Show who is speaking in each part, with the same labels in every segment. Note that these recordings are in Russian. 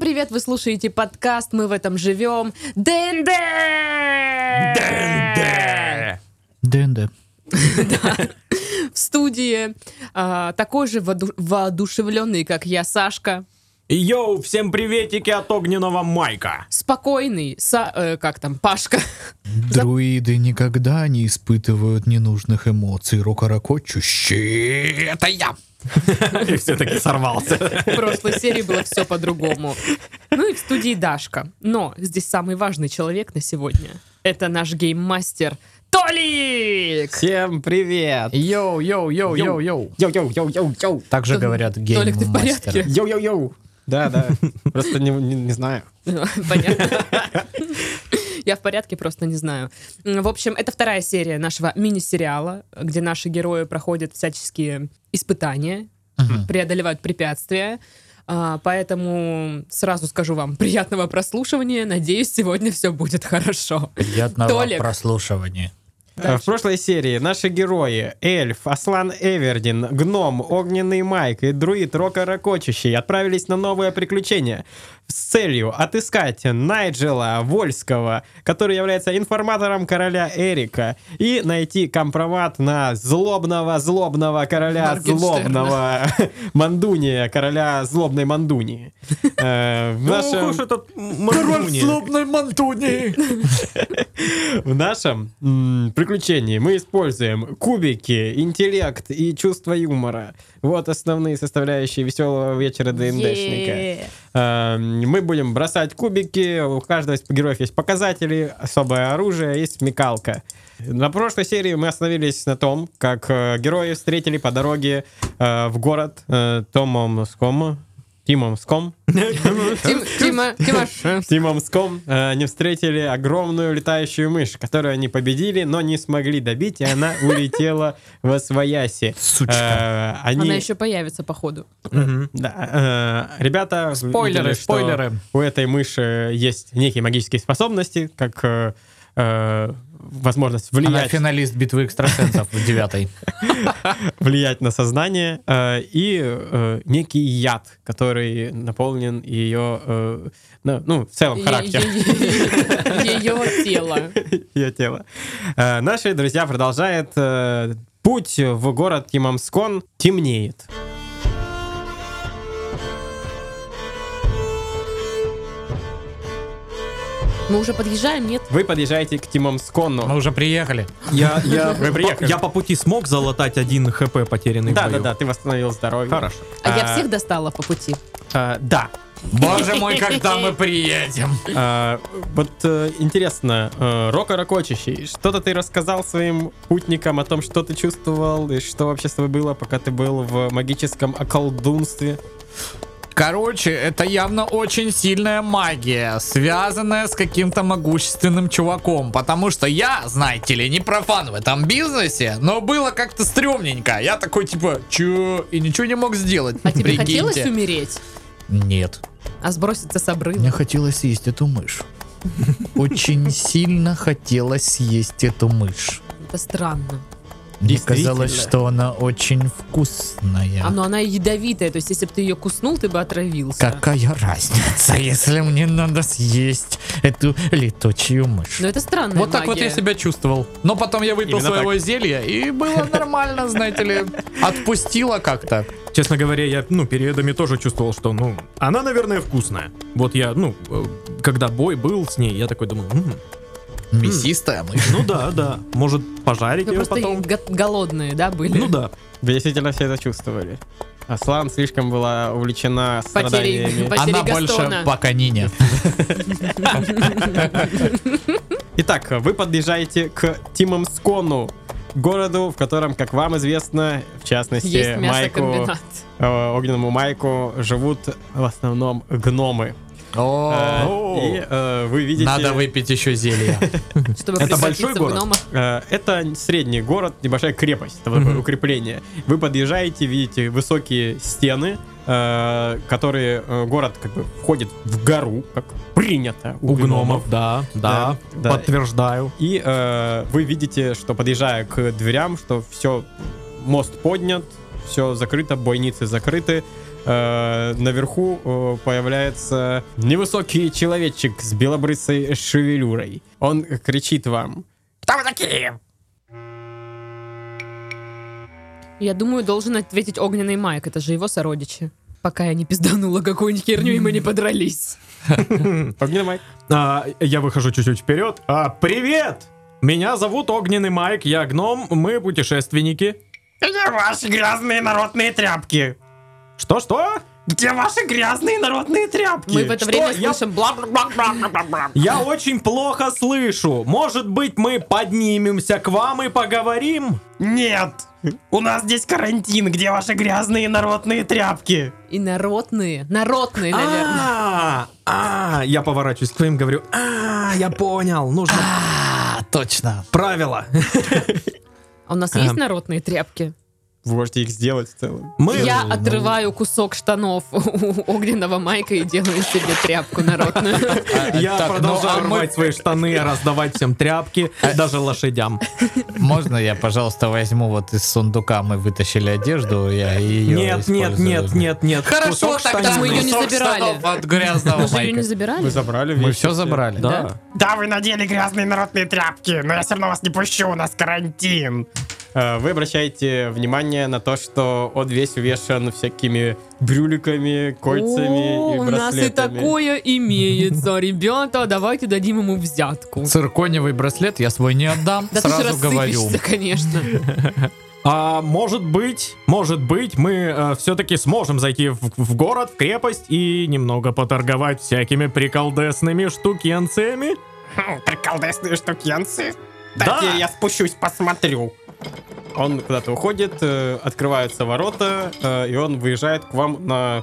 Speaker 1: привет! Вы слушаете подкаст «Мы в этом живем». ДНД!
Speaker 2: ДНД.
Speaker 1: В студии а, такой же воду- воодушевленный, как я, Сашка.
Speaker 3: Йоу, всем приветики от огненного Майка.
Speaker 1: Спокойный, Са- э, как там, Пашка.
Speaker 2: Друиды никогда не испытывают ненужных эмоций. Рокорокочущие. Это я.
Speaker 3: И все-таки сорвался.
Speaker 1: В прошлой серии было все по-другому. Ну и в студии Дашка. Но здесь самый важный человек на сегодня. Это наш гейммастер Толик!
Speaker 4: Всем привет!
Speaker 2: Йоу, йоу, йоу,
Speaker 4: Йоу.
Speaker 2: йоу.
Speaker 4: Йоу-йоу-йоу-йоу!
Speaker 2: Так же
Speaker 1: Тол-
Speaker 2: говорят
Speaker 1: Толик, ты в
Speaker 2: гейм-мастеры.
Speaker 1: порядке?
Speaker 4: Йоу-йоу-йоу! Да, да. Просто не, не- не знаю.
Speaker 1: Ну, Понятно. Я в порядке, просто не знаю. М, В общем, это вторая серия нашего мини-сериала, где наши герои проходят всяческие испытания,
Speaker 2: Мгм.
Speaker 1: преодолевают препятствия. А, Поэтому сразу скажу вам приятного прослушивания. Надеюсь, сегодня все будет хорошо.
Speaker 2: Приятного
Speaker 1: Толик.
Speaker 2: прослушивания.
Speaker 4: Э, В прошлой серии наши герои Эльф, Аслан Эвердин, Гном, Огненный Майк и Друид Рока Рокочущий отправились на новое приключение с целью отыскать Найджела Вольского, который является информатором короля Эрика, и найти компромат на злобного-злобного короля
Speaker 1: Моргенштерна.
Speaker 4: злобного мандуния, короля злобной мандунии. Э,
Speaker 3: Ну,
Speaker 4: в нашем-
Speaker 3: этот
Speaker 2: мантуни.
Speaker 4: В нашем м, приключении мы используем кубики, интеллект и чувство юмора. Вот основные составляющие веселого вечера ДНДшника.
Speaker 1: Е-е-е.
Speaker 4: Эм, Мы будем бросать кубики, у каждого из героев есть показатели, особое оружие и смекалка. На прошлой серии мы остановились на том, как э, герои встретили по дороге э, в город э, Томомском, Тимомском,
Speaker 1: Тим- Тима- Тимаш,
Speaker 4: с Тимомском э, они встретили огромную летающую мышь, которую они победили, но не смогли добить, и она улетела во свояси.
Speaker 2: Сучка.
Speaker 4: Э, они-
Speaker 1: она еще появится, походу.
Speaker 4: да, э, ребята,
Speaker 2: Спойлеры,
Speaker 4: видели, что
Speaker 2: спойлеры.
Speaker 4: У этой мыши есть некие магические способности, как э, э, возможность
Speaker 2: Она
Speaker 4: влиять,
Speaker 2: финалист битвы экстрасенсов в девятой.
Speaker 4: влиять на сознание, э, и э, некий яд, который наполнен ее, э, ну, ну, в целом, характер.
Speaker 1: Ее тело.
Speaker 4: Ее тело. Э, Наши друзья продолжают э, путь в город Тимамскон. Темнеет.
Speaker 1: Мы уже подъезжаем, нет?
Speaker 4: Вы подъезжаете к Тимамскону.
Speaker 2: Мы уже приехали.
Speaker 3: Я, я,
Speaker 4: Вы приехали.
Speaker 3: я по пути смог залатать один хп потерянный в
Speaker 4: Да, да,
Speaker 3: бою?
Speaker 4: да, ты восстановил здоровье.
Speaker 3: Хорошо.
Speaker 1: А я
Speaker 4: А.
Speaker 1: всех достала по пути.
Speaker 4: Э, да.
Speaker 2: Боже мой, когда мы приедем.
Speaker 4: Э, вот э, интересно, э, Рока Рокочущий, что-то ты рассказал своим путникам о том, что ты чувствовал и что вообще с тобой было, пока ты был в магическом околдунстве?
Speaker 2: Короче, это явно очень сильная магия, связанная с каким-то могущественным чуваком. Потому что я, знаете ли, не профан в этом бизнесе, но было как-то стрёмненько. Я такой типа, чё? И ничего не мог сделать.
Speaker 1: А тебе
Speaker 2: Прикиньте.
Speaker 1: хотелось умереть?
Speaker 2: Нет.
Speaker 1: А сброситься с обрыва?
Speaker 2: Мне хотелось съесть эту мышь. Очень сильно хотелось съесть эту мышь.
Speaker 1: Это странно.
Speaker 2: Мне
Speaker 4: Действительно.
Speaker 2: казалось, что она очень вкусная.
Speaker 1: А, ну она ядовитая, то есть если бы ты ее куснул, ты бы отравился.
Speaker 2: Какая разница, если мне надо съесть эту летучую мышь?
Speaker 1: Но это странная
Speaker 2: Вот так вот
Speaker 1: магия.
Speaker 2: я себя чувствовал. Но потом я выпил
Speaker 4: Именно
Speaker 2: своего зелья, и было нормально, знаете ли. Отпустило как-то.
Speaker 3: Честно говоря, я, ну, периодами тоже чувствовал, что, ну, она, наверное, вкусная. Вот я, ну, э, когда бой был с ней, я такой думал, «М,
Speaker 2: Мясистая мышь.
Speaker 3: ну да, да, может пожарить
Speaker 1: Вы
Speaker 3: ее
Speaker 1: просто
Speaker 3: потом.
Speaker 1: го- голодные, да, были?
Speaker 3: Ну да.
Speaker 4: Вы действительно все это чувствовали. Аслан слишком была увлечена страданиями.
Speaker 1: Потери
Speaker 2: Она
Speaker 1: Гастона.
Speaker 2: больше по канине.
Speaker 4: Итак, вы подъезжаете к Тимамскону, городу, в котором, как вам известно, в частности,
Speaker 1: Есть
Speaker 4: Майку,
Speaker 1: мясокомбинат.
Speaker 4: э, огненному Майку живут в основном гномы. Э, и э, вы видите...
Speaker 2: Надо выпить еще зелье.
Speaker 1: Чтобы
Speaker 3: Это
Speaker 1: превратиться
Speaker 3: большой
Speaker 1: в
Speaker 3: город?
Speaker 1: гнома.
Speaker 4: Э, Это средний город, небольшая крепость, это вот такое
Speaker 3: Мгм.
Speaker 4: укрепление. Вы подъезжаете, видите высокие стены, э, которые э, город как бы входит в гору, как принято
Speaker 3: У гномов, да, да,
Speaker 4: Да, да.
Speaker 3: подтверждаю.
Speaker 4: И э, вы видите, что подъезжая к дверям, что все мост поднят, все закрыто, бойницы закрыты. Э, наверху э, появляется невысокий человечек с белобрысой шевелюрой. Он кричит вам. Кто вы такие?
Speaker 1: Я думаю, должен ответить огненный Майк, это же его сородичи. Пока я не пизданула какую-нибудь херню, и мы не подрались.
Speaker 4: Огненный Майк.
Speaker 3: А, я выхожу чуть-чуть вперед. А, привет! Меня зовут Огненный Майк, я гном, мы путешественники.
Speaker 4: Где ваши грязные народные тряпки?
Speaker 3: Что-что?
Speaker 4: Где ваши грязные народные тряпки?
Speaker 1: Мы в это
Speaker 3: Что?
Speaker 1: время
Speaker 3: Я-
Speaker 1: слышим бла бла бла бла бла бла
Speaker 3: Я очень плохо слышу. Может быть, мы поднимемся к вам и поговорим?
Speaker 4: Нет! У нас здесь карантин, где ваши грязные народные тряпки?
Speaker 1: И народные, народные, наверное.
Speaker 3: А, а, я поворачиваюсь к твоим, говорю, а, я понял, нужно
Speaker 2: А, точно.
Speaker 3: правило.
Speaker 1: А у нас есть народные тряпки?
Speaker 4: Вы можете их сделать в целом.
Speaker 3: Мы
Speaker 1: Я отрываю кусок штанов у огненного Майка и делаю себе тряпку народную.
Speaker 3: Я
Speaker 2: Так, ну,
Speaker 3: продолжаю
Speaker 2: а мы- Э,
Speaker 3: рвать свои штаны, раздавать всем тряпки, даже лошадям.
Speaker 2: Можно я, пожалуйста, возьму вот из сундука мы вытащили одежду, я ее
Speaker 3: Нет, нет, нет, нет, нет.
Speaker 2: Хорошо,
Speaker 3: Кусок
Speaker 2: тогда
Speaker 3: штанины.
Speaker 1: мы её не
Speaker 2: кусок
Speaker 1: забирали.
Speaker 2: штанов От грязного
Speaker 1: Мы же ее
Speaker 2: майка.
Speaker 1: не забирали?
Speaker 4: Вы забрали
Speaker 2: Мы все забрали.
Speaker 3: Да.
Speaker 5: Да, вы надели грязные народные тряпки, но я все равно вас не пущу, у нас карантин.
Speaker 4: Э, Вы обращаете внимание на то, что он весь увешан всякими брюликами, кольцами
Speaker 1: О,
Speaker 4: и
Speaker 1: у
Speaker 4: браслетами.
Speaker 1: нас и такое имеется, ребята, давайте дадим ему взятку.
Speaker 2: Цирконевый браслет я свой не отдам,
Speaker 1: Да ты же
Speaker 2: сразу говорю.
Speaker 1: рассыпешься, конечно.
Speaker 3: А может быть, может быть, мы все-таки сможем зайти в, в город, в крепость и немного поторговать всякими приколдесными штукенциями?
Speaker 5: Хм, Приколдесные штукенцы.
Speaker 4: Дайте,
Speaker 3: Да.
Speaker 4: я спущусь, посмотрю. Он куда-то уходит, э, открываются ворота, э, и он выезжает к вам на...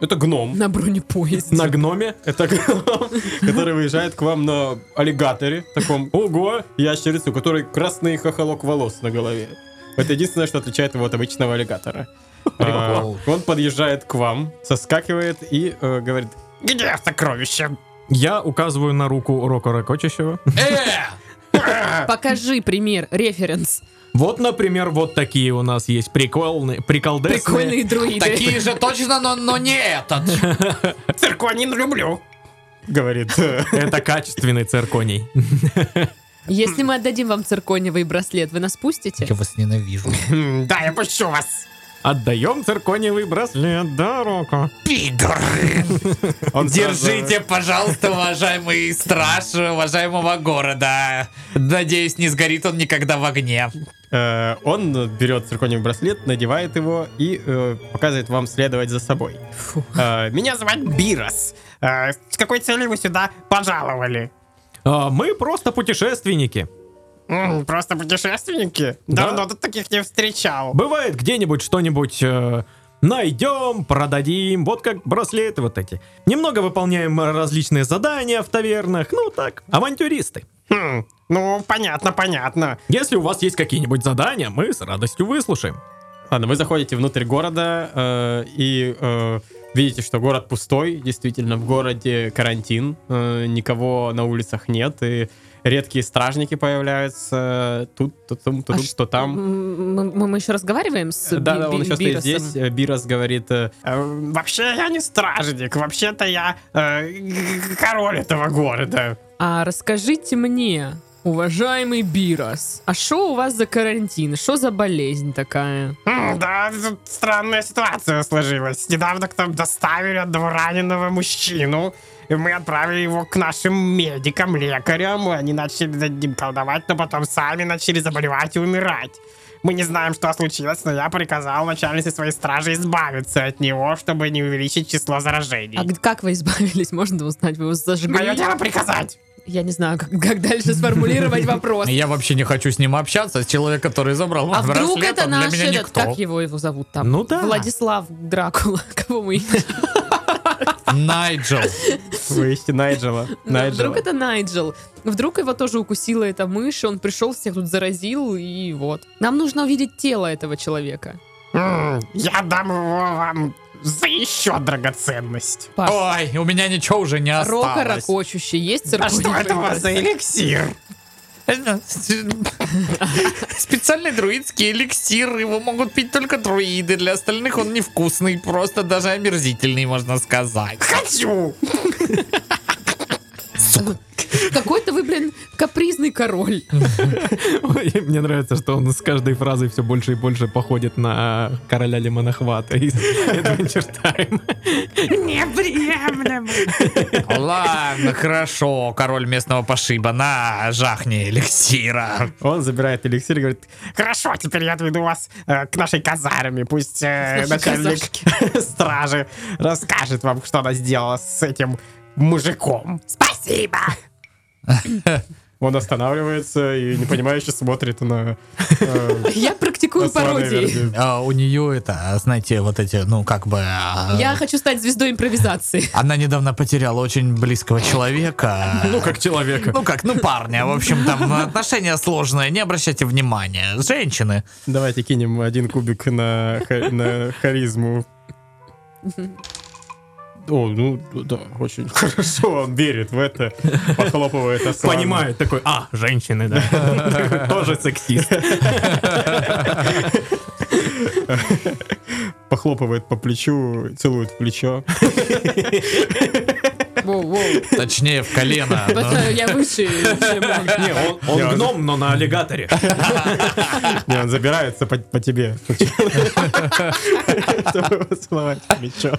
Speaker 4: Это гном.
Speaker 1: На бронепоезде.
Speaker 3: На гноме?
Speaker 4: Это гном, который выезжает к вам на аллигаторе, таком
Speaker 3: Ого!
Speaker 4: ящерицу, у которой красный хохолок волос на голове. Это единственное, что отличает его от обычного аллигатора. А, Он подъезжает к вам, соскакивает и э, говорит,
Speaker 5: Где сокровища?
Speaker 3: Я указываю на руку Рока Рокочащего.
Speaker 1: Покажи пример, референс.
Speaker 3: Вот, например, вот такие у нас есть прикольные, приколдесные.
Speaker 1: Прикольные друиды.
Speaker 2: Такие же точно, но, но не этот.
Speaker 5: Цирконин люблю.
Speaker 4: говорит, э,
Speaker 3: Это качественный цирконий.
Speaker 1: Если мы отдадим вам цирконевый браслет, вы нас пустите?
Speaker 2: Я вас ненавижу.
Speaker 5: Хм, Да, я пущу вас.
Speaker 3: Отдаем циркониевый браслет, да, Рока?
Speaker 2: Пидоры!
Speaker 4: он сразу-
Speaker 2: Держите, пожалуйста, уважаемый страж уважаемого города. Надеюсь, не сгорит он никогда в огне.
Speaker 4: Э, Он берет циркониевый браслет, надевает его и э, показывает вам следовать за собой.
Speaker 1: Фу.
Speaker 4: Э, Меня
Speaker 5: Звать Бирос. Э, С какой целью вы сюда пожаловали?
Speaker 3: А, мы просто путешественники.
Speaker 5: М, Просто путешественники?
Speaker 3: Да.
Speaker 5: Давно тут таких не встречал.
Speaker 3: Бывает где-нибудь что-нибудь э, найдем, продадим, вот как браслеты вот эти. Немного выполняем различные задания в тавернах, ну так, авантюристы.
Speaker 5: Хм, Ну, понятно, понятно.
Speaker 3: Если у вас есть какие-нибудь задания, мы с радостью выслушаем.
Speaker 4: Ладно, вы заходите внутрь города э, и э, видите, что город пустой. Действительно, в городе карантин, э, никого на улицах нет, и редкие стражники появляются тут, то там, то
Speaker 1: А
Speaker 4: тут,
Speaker 1: ш-
Speaker 4: то там.
Speaker 1: М- Мы, мы еще разговариваем с
Speaker 4: Да,
Speaker 1: Би-
Speaker 4: да, он
Speaker 1: Би-
Speaker 4: еще стоит
Speaker 1: Биросом?
Speaker 4: здесь. э, Бирос говорит, э,
Speaker 5: Э, Вообще я не стражник, вообще-то я э, г- г- король этого города.
Speaker 1: А расскажите мне, уважаемый Бирос, а что у вас за карантин? Что за болезнь такая?
Speaker 5: М, Да, тут странная ситуация сложилась. Недавно к нам доставили одного раненого мужчину. И мы отправили его к нашим медикам, лекарям. И Они начали над ним колдовать, но потом сами начали заболевать и умирать. Мы не знаем, что случилось, но я приказал начальнице своей стражи избавиться от него, чтобы не увеличить число заражений.
Speaker 1: А г- как вы избавились? Можно узнать? Вы его зажгли?
Speaker 5: Мое дело приказать.
Speaker 1: Я не знаю, как, как дальше сформулировать вопрос.
Speaker 2: Я вообще не хочу с ним общаться, с человеком, который забрал мой
Speaker 1: А вдруг
Speaker 2: браслет,
Speaker 1: это
Speaker 2: он для
Speaker 1: наш
Speaker 2: меня
Speaker 1: этот,
Speaker 2: никто.
Speaker 1: как его его зовут там?
Speaker 3: Ну да.
Speaker 1: Владислав Дракула, кого мы ищем?
Speaker 2: Найджел.
Speaker 4: вы ищете Найджела. Найджела.
Speaker 1: Вдруг это Найджел. Вдруг его тоже укусила эта мышь, и он пришел, всех тут заразил, и вот. Нам нужно увидеть тело этого человека.
Speaker 5: М, Я дам его вам за еще драгоценность.
Speaker 1: Паш,
Speaker 2: Ой, у меня ничего уже не
Speaker 1: Рока
Speaker 2: осталось.
Speaker 1: ракочущий, есть
Speaker 5: А что
Speaker 1: циркулевый
Speaker 5: это у вас
Speaker 1: образ?
Speaker 5: за эликсир?
Speaker 2: Специальный друидский эликсир, его могут пить только друиды, для остальных он невкусный, просто даже омерзительный, можно сказать.
Speaker 5: Хочу!
Speaker 1: Какой-то вы, блин, капризный король.
Speaker 3: Ой, Мне нравится, что он с каждой фразой все больше и больше походит на короля лимонохвата из Adventure Time.
Speaker 5: Неприемлемо!
Speaker 2: Ладно, хорошо, король местного пошиба, на, жахни эликсира.
Speaker 4: Он забирает эликсир и говорит,
Speaker 5: Хорошо, теперь я отведу вас э, к нашей казарме. Пусть э,
Speaker 1: К нашей
Speaker 5: начальник стражи расскажет вам, что она сделала с этим мужиком. Спасибо!
Speaker 4: он останавливается и непонимающе смотрит на... э,
Speaker 1: Я практикую
Speaker 4: Аслана
Speaker 1: пародии.
Speaker 4: Эвердина.
Speaker 2: А у нее это, знаете, вот эти, ну как бы... а,
Speaker 1: Я хочу стать звездой импровизации.
Speaker 2: Она недавно потеряла очень близкого человека.
Speaker 3: Ну, как человека.
Speaker 2: Ну как, ну парня, в общем, там ну, отношения сложные, не обращайте внимания. Женщины.
Speaker 4: Давайте кинем один кубик на, ха- на харизму. О, ну да, очень хорошо, он верит в это, похлопывает Аслана.
Speaker 3: Понимает такой, а, женщины, да. Такой, Тоже сексист.
Speaker 4: Похлопывает по плечу, целует в плечо.
Speaker 1: Воу-воу.
Speaker 2: Точнее, в колено.
Speaker 1: Обожаю, Я выше, чем он.
Speaker 3: Не, он- он гном, но на аллигаторе.
Speaker 4: Не, он забирается по, по тебе. Чтобы поцеловать в плечо.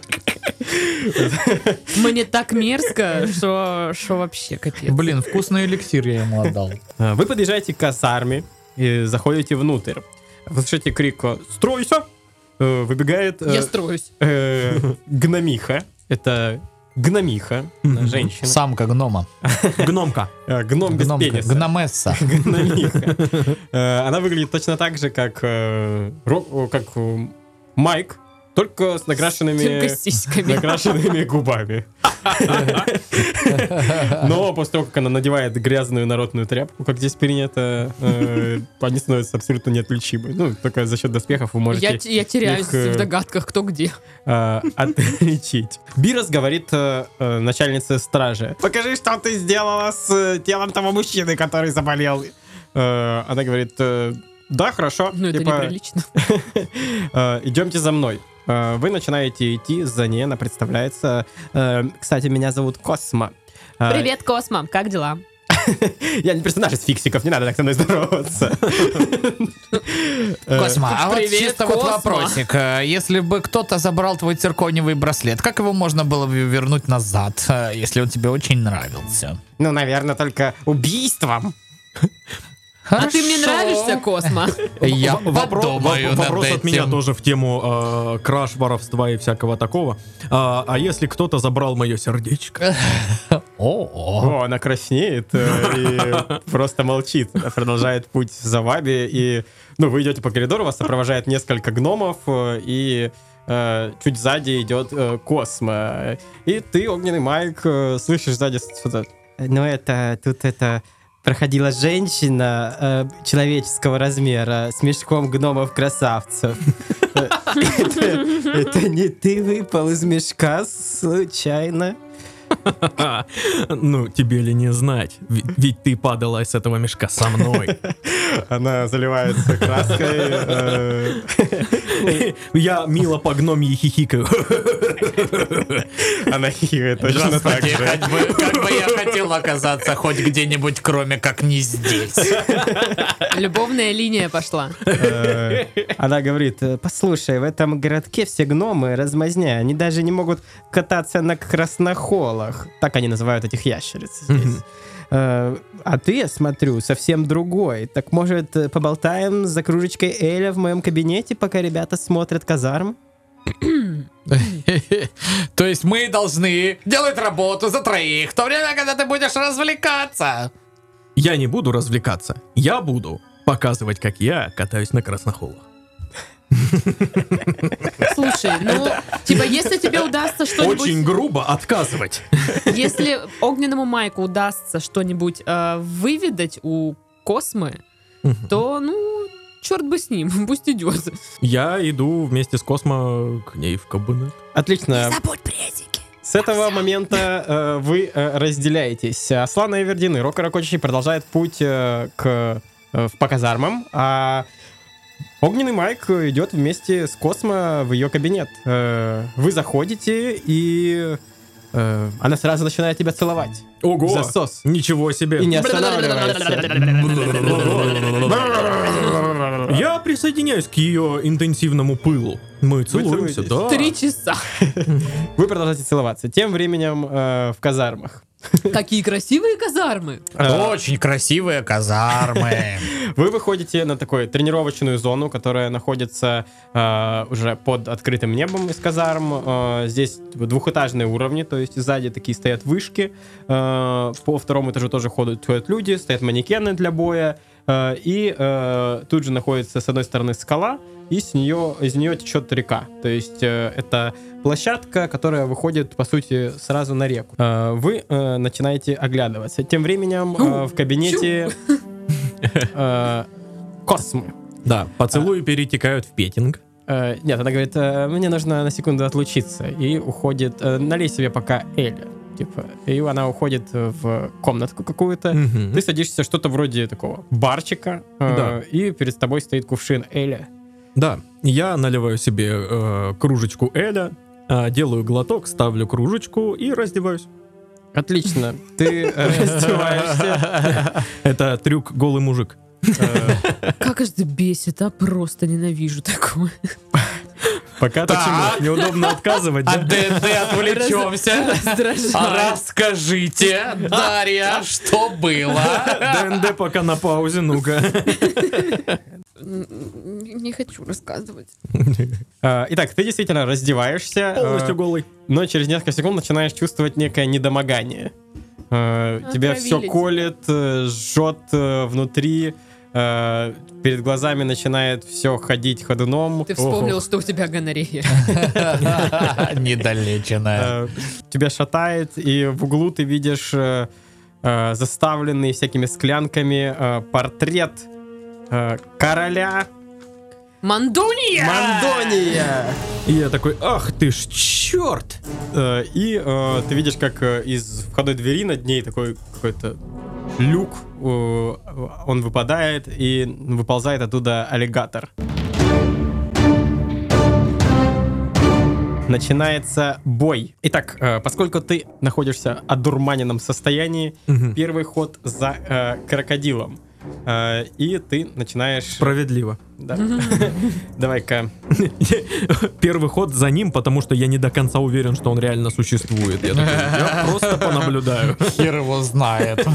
Speaker 1: Мне так мерзко, что, что вообще капец.
Speaker 2: Блин, вкусный эликсир я ему отдал.
Speaker 4: А, Вы подъезжаете к казарме и заходите внутрь. Вы слышите крик э, «Стройся!» Э, Выбегает э,
Speaker 1: Я строюсь.
Speaker 4: э, гномиха. Это гномиха, э, женщина.
Speaker 2: Самка гнома.
Speaker 3: Гномка.
Speaker 4: Э, Гном без
Speaker 2: Гномка.
Speaker 4: пениса.
Speaker 2: Гномесса.
Speaker 4: Гномиха. Э, Она выглядит точно так же, как э, Ро- о, как э, Майк, только
Speaker 1: Только
Speaker 4: с накрашенными
Speaker 1: с сиськами.
Speaker 4: накрашенными губами. Но после того, как она надевает грязную народную тряпку, как здесь принято, э, они становятся абсолютно неотличимы. Ну, только за счет доспехов вы
Speaker 1: Я,
Speaker 4: можете
Speaker 1: т- я теряюсь
Speaker 4: их, э,
Speaker 1: в догадках, кто где.
Speaker 4: э, отличить. Бирос говорит э, э, начальнице стражи.
Speaker 5: Покажи, что ты сделала с э, телом того мужчины, который заболел.
Speaker 4: Э, Она говорит, э, да, хорошо.
Speaker 1: Ну, это
Speaker 4: типа,
Speaker 1: неприлично.
Speaker 4: Э, Идемте за мной. Э, Вы начинаете идти, за ней она представляется. Э, Кстати, меня зовут Космо. Э,
Speaker 1: Привет, Космо, как дела?
Speaker 4: Я не персонаж из фиксиков, не надо так со мной здороваться. Э,
Speaker 2: Косма, а вот
Speaker 1: Привет,
Speaker 2: чисто вот
Speaker 1: Косма.
Speaker 2: вопросик. Э, Если бы кто-то забрал твой циркониевый браслет, как его можно было бы вернуть назад, э, если он тебе очень нравился?
Speaker 5: Ну, наверное, только убийством.
Speaker 1: А ты мне
Speaker 2: Хорошо.
Speaker 1: нравишься, Космо?
Speaker 2: Я
Speaker 3: В- вопро-
Speaker 2: подумаю
Speaker 3: воп-
Speaker 2: над
Speaker 3: Вопрос от меня
Speaker 2: этим.
Speaker 3: тоже в тему э, краж, воровства и всякого такого. А а если кто-то забрал мое сердечко?
Speaker 2: О,
Speaker 4: О, она краснеет э, и просто молчит. Она Продолжает путь за вами. И, ну, вы идете по коридору, вас сопровождает несколько гномов. э, И э, чуть сзади идет э, Космо. И ты, огненный Майк, э, слышишь сзади что-то
Speaker 6: Ну, это тут это проходила женщина э, человеческого размера с мешком гномов-красавцев.
Speaker 4: Это не ты выпал из мешка случайно?
Speaker 3: Ну, тебе ли не знать? Ви- Ведь ты падала из этого мешка со мной.
Speaker 4: Она заливается краской. э,
Speaker 3: Я мило по гномьи хихикаю.
Speaker 4: Она хихикает точно так
Speaker 2: Господи,
Speaker 4: же.
Speaker 2: как бы- как бы я хотел оказаться хоть где-нибудь, кроме как не здесь.
Speaker 1: Любовная линия пошла.
Speaker 4: Э,
Speaker 6: Она говорит, э, послушай, в этом городке все гномы размазня, они даже не могут кататься на краснохолах. Так они называют этих ящериц здесь. Э, А ты, я смотрю, совсем другой. Так, может, э, поболтаем за кружечкой Эля в моем кабинете, пока ребята смотрят казарм?
Speaker 2: То есть мы должны делать работу за троих, в то время, когда ты будешь развлекаться.
Speaker 3: Я не буду развлекаться. Я буду показывать, как я катаюсь на краснохолах.
Speaker 1: Слушай, ну, типа, если тебе удастся
Speaker 3: Очень
Speaker 1: что-нибудь...
Speaker 3: грубо отказывать.
Speaker 1: Если огненному Майку удастся что-нибудь э, выведать у Космы, то, ну, черт бы с ним, пусть идет.
Speaker 3: Я иду вместе с Космо к ней в кабинет.
Speaker 4: Отлично.
Speaker 1: Забудь приятики.
Speaker 4: С этого момента э, вы э, разделяетесь. Аслан Эвердин и Рок Рокочий продолжают путь э, к э, в- по казармам, а Огненный Майк идет вместе с Космо в ее кабинет. Э, Вы заходите, и э, она сразу начинает тебя целовать.
Speaker 3: Ого!
Speaker 4: Засос.
Speaker 3: Ничего себе!
Speaker 4: И не останавливается.
Speaker 3: Я присоединяюсь к ее интенсивному пылу. Мы целуемся,
Speaker 4: целуетесь.
Speaker 3: да.
Speaker 1: Три часа.
Speaker 4: Вы продолжаете целоваться. Тем временем э, в казармах.
Speaker 1: Какие красивые казармы.
Speaker 2: Очень красивые казармы.
Speaker 4: Вы выходите на такую тренировочную зону, которая находится э, уже под открытым небом из казарм. Э, здесь двухэтажные уровни, то есть сзади такие стоят вышки. Э, по второму этажу тоже ходят, ходят люди, стоят манекены для боя. Э, и э, тут же находится с одной стороны скала, и с нее, из нее течет река. То есть э, это площадка, которая выходит, по сути, сразу на реку. Э, вы э, начинаете оглядываться. Тем временем э, в кабинете э, Космы.
Speaker 3: Да, поцелуи перетекают в петинг.
Speaker 4: Э, Нет, она говорит, «Э, мне нужно на секунду отлучиться. И уходит, э, налей себе пока Эля. Типа, и она уходит в комнатку какую-то.
Speaker 3: Мгм.
Speaker 4: Ты садишься что-то вроде такого барчика, э,
Speaker 3: Да.
Speaker 4: и перед тобой стоит кувшин Эля.
Speaker 3: Да, я наливаю себе э, кружечку Эля, э, делаю глоток, ставлю кружечку и раздеваюсь.
Speaker 4: Отлично, ты
Speaker 3: э,
Speaker 4: раздеваешься.
Speaker 3: Это трюк голый мужик.
Speaker 4: Э,
Speaker 1: Как же это бесит, а просто ненавижу такое.
Speaker 4: Пока ты
Speaker 2: Так.
Speaker 3: Неудобно отказывать, да?
Speaker 2: От ДНД отвлечемся. А
Speaker 1: Раздражает.
Speaker 2: расскажите, Дарья, что
Speaker 3: А,
Speaker 2: было?
Speaker 3: ДНД пока на паузе, ну-ка.
Speaker 1: Н- Не хочу рассказывать.
Speaker 4: э, Итак, ты действительно раздеваешься. э,
Speaker 3: Полностью голый.
Speaker 4: но через несколько секунд начинаешь чувствовать некое недомогание. Э, Тебя все
Speaker 1: Отравились.
Speaker 4: колет, э, жжет э, внутри, э, перед глазами начинает все ходить ходуном.
Speaker 1: Ты вспомнил, что у тебя гонорея.
Speaker 2: Недолеченная.
Speaker 4: Э, Тебя шатает, и в углу ты видишь э, э, заставленный всякими склянками э, портрет э, короля
Speaker 1: Мандуния!
Speaker 4: Мандония.
Speaker 3: И я такой, ах ты ж черт!
Speaker 4: Э, И э, ты видишь, как э, из входной двери над ней такой какой-то люк, э, он выпадает, и выползает оттуда аллигатор. Начинается бой. Итак, э, поскольку ты находишься в одурманенном состоянии, первый ход за э, крокодилом. Э, И ты начинаешь...
Speaker 3: Справедливо.
Speaker 4: Да. Давай-ка.
Speaker 3: Первый ход за ним, потому что я не до конца уверен, что он реально существует. Я, такой, я просто понаблюдаю.
Speaker 2: Хер его знает.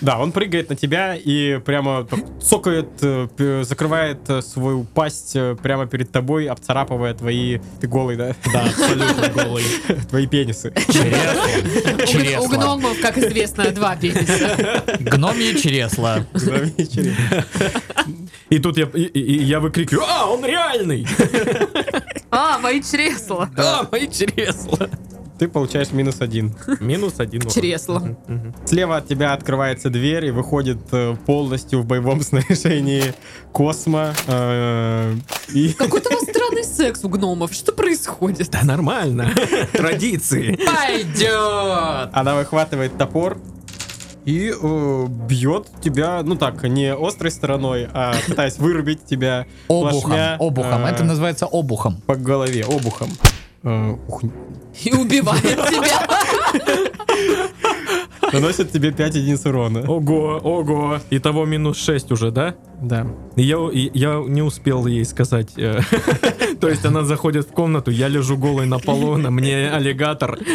Speaker 4: Да, он прыгает на тебя и прямо так цокает, э, п- закрывает э, свою пасть э, прямо перед тобой, обцарапывая твои... Ты голый, да? Да, абсолютно голый. Твои пенисы.
Speaker 2: Чресло.
Speaker 1: У
Speaker 2: Чресло.
Speaker 1: гномов, как известно, два пениса.
Speaker 2: Гномье чресло.
Speaker 3: И тут я, и- и- и я выкрикиваю, а, он реальный!
Speaker 1: А, мои чресла.
Speaker 3: А, мои чресла!
Speaker 4: Ты получаешь минус один.
Speaker 3: Минус один. урон.
Speaker 1: Чресла.
Speaker 4: Слева от тебя открывается дверь и выходит э, полностью в боевом снаряжении Космо. э, И
Speaker 1: Какой-то у вас странный секс у гномов. Что происходит?
Speaker 3: Да нормально. Традиции.
Speaker 2: Пойдет.
Speaker 4: она выхватывает топор и э, бьет тебя, ну так, не острой стороной, а пытаясь вырубить тебя
Speaker 2: Обухом.
Speaker 4: плашмя,
Speaker 2: Обухом.
Speaker 4: э,
Speaker 2: Это называется обухом.
Speaker 4: по голове обухом. Э, ух,
Speaker 1: И убивает тебя.
Speaker 4: Наносит тебе 5 единиц урона.
Speaker 3: Ого, ого. Итого минус 6 уже, да?
Speaker 4: Да.
Speaker 3: И Я, и я не успел ей сказать. э, То есть она заходит в комнату, я лежу голый на полу, на мне аллигатор.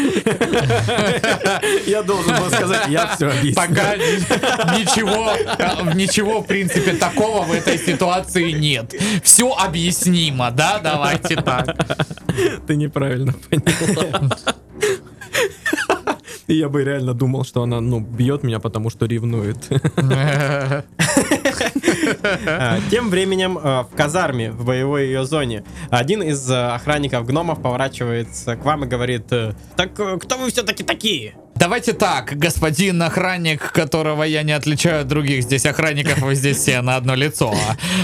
Speaker 3: Я должен был сказать, я все объяснил.
Speaker 2: Пока ни- ничего, э, ничего, в принципе, такого в этой ситуации нет. Все объяснимо, да? Давайте так.
Speaker 3: Ты неправильно поняла. И я бы реально думал, что она, ну, бьет меня, потому что ревнует.
Speaker 4: А, Тем временем э, в казарме, в боевой ее зоне, один из э, охранников гномов поворачивается к вам и говорит, э, так э, кто вы все-таки такие?
Speaker 2: Давайте так, господин охранник, которого я не отличаю от других здесь охранников, вы здесь все на одно лицо.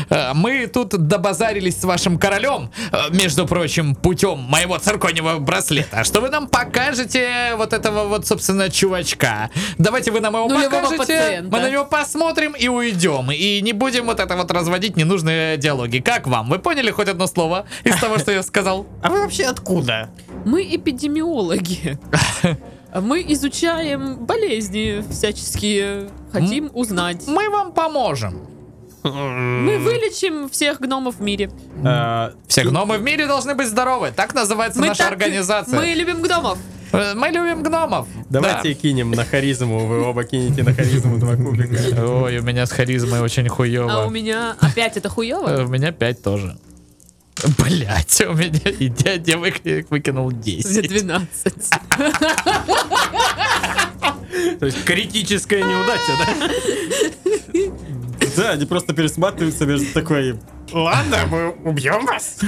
Speaker 2: Э, Мы тут добазарились с вашим королем, э, между прочим, путем моего цирконевого браслета, что вы нам покажете вот этого вот, собственно, чувачка. Давайте вы нам его
Speaker 1: Нулевого
Speaker 2: покажете,
Speaker 1: пациента.
Speaker 2: мы на него посмотрим и уйдем. И не будем вот это вот разводить ненужные диалоги. Как вам? Вы поняли хоть одно слово из того, что я сказал?
Speaker 4: А вы вообще откуда?
Speaker 1: Мы эпидемиологи. Мы изучаем болезни всяческие, хотим узнать.
Speaker 2: Мы вам поможем.
Speaker 1: Мы вылечим всех гномов в мире.
Speaker 4: Э,
Speaker 2: Все гномы в мире должны быть здоровы. Так называется
Speaker 1: Мы
Speaker 2: наша
Speaker 1: так-
Speaker 2: организация.
Speaker 1: Мы
Speaker 2: Мы...
Speaker 1: любим гномов.
Speaker 2: мы любим гномов.
Speaker 4: Давайте кинем на харизму, вы оба кинете на харизму два кубика.
Speaker 2: Да. Ой, у меня с харизмой очень хуево.
Speaker 1: А у меня опять это
Speaker 2: Э,
Speaker 1: хуево.
Speaker 2: У меня 5 тоже. Блять, у меня и дядя вы- выкинул
Speaker 1: Где
Speaker 2: 10.
Speaker 1: 12.
Speaker 3: То есть критическая неудача, да?
Speaker 4: Да, они просто пересматриваются между такой...
Speaker 5: Ладно, мы убьем вас.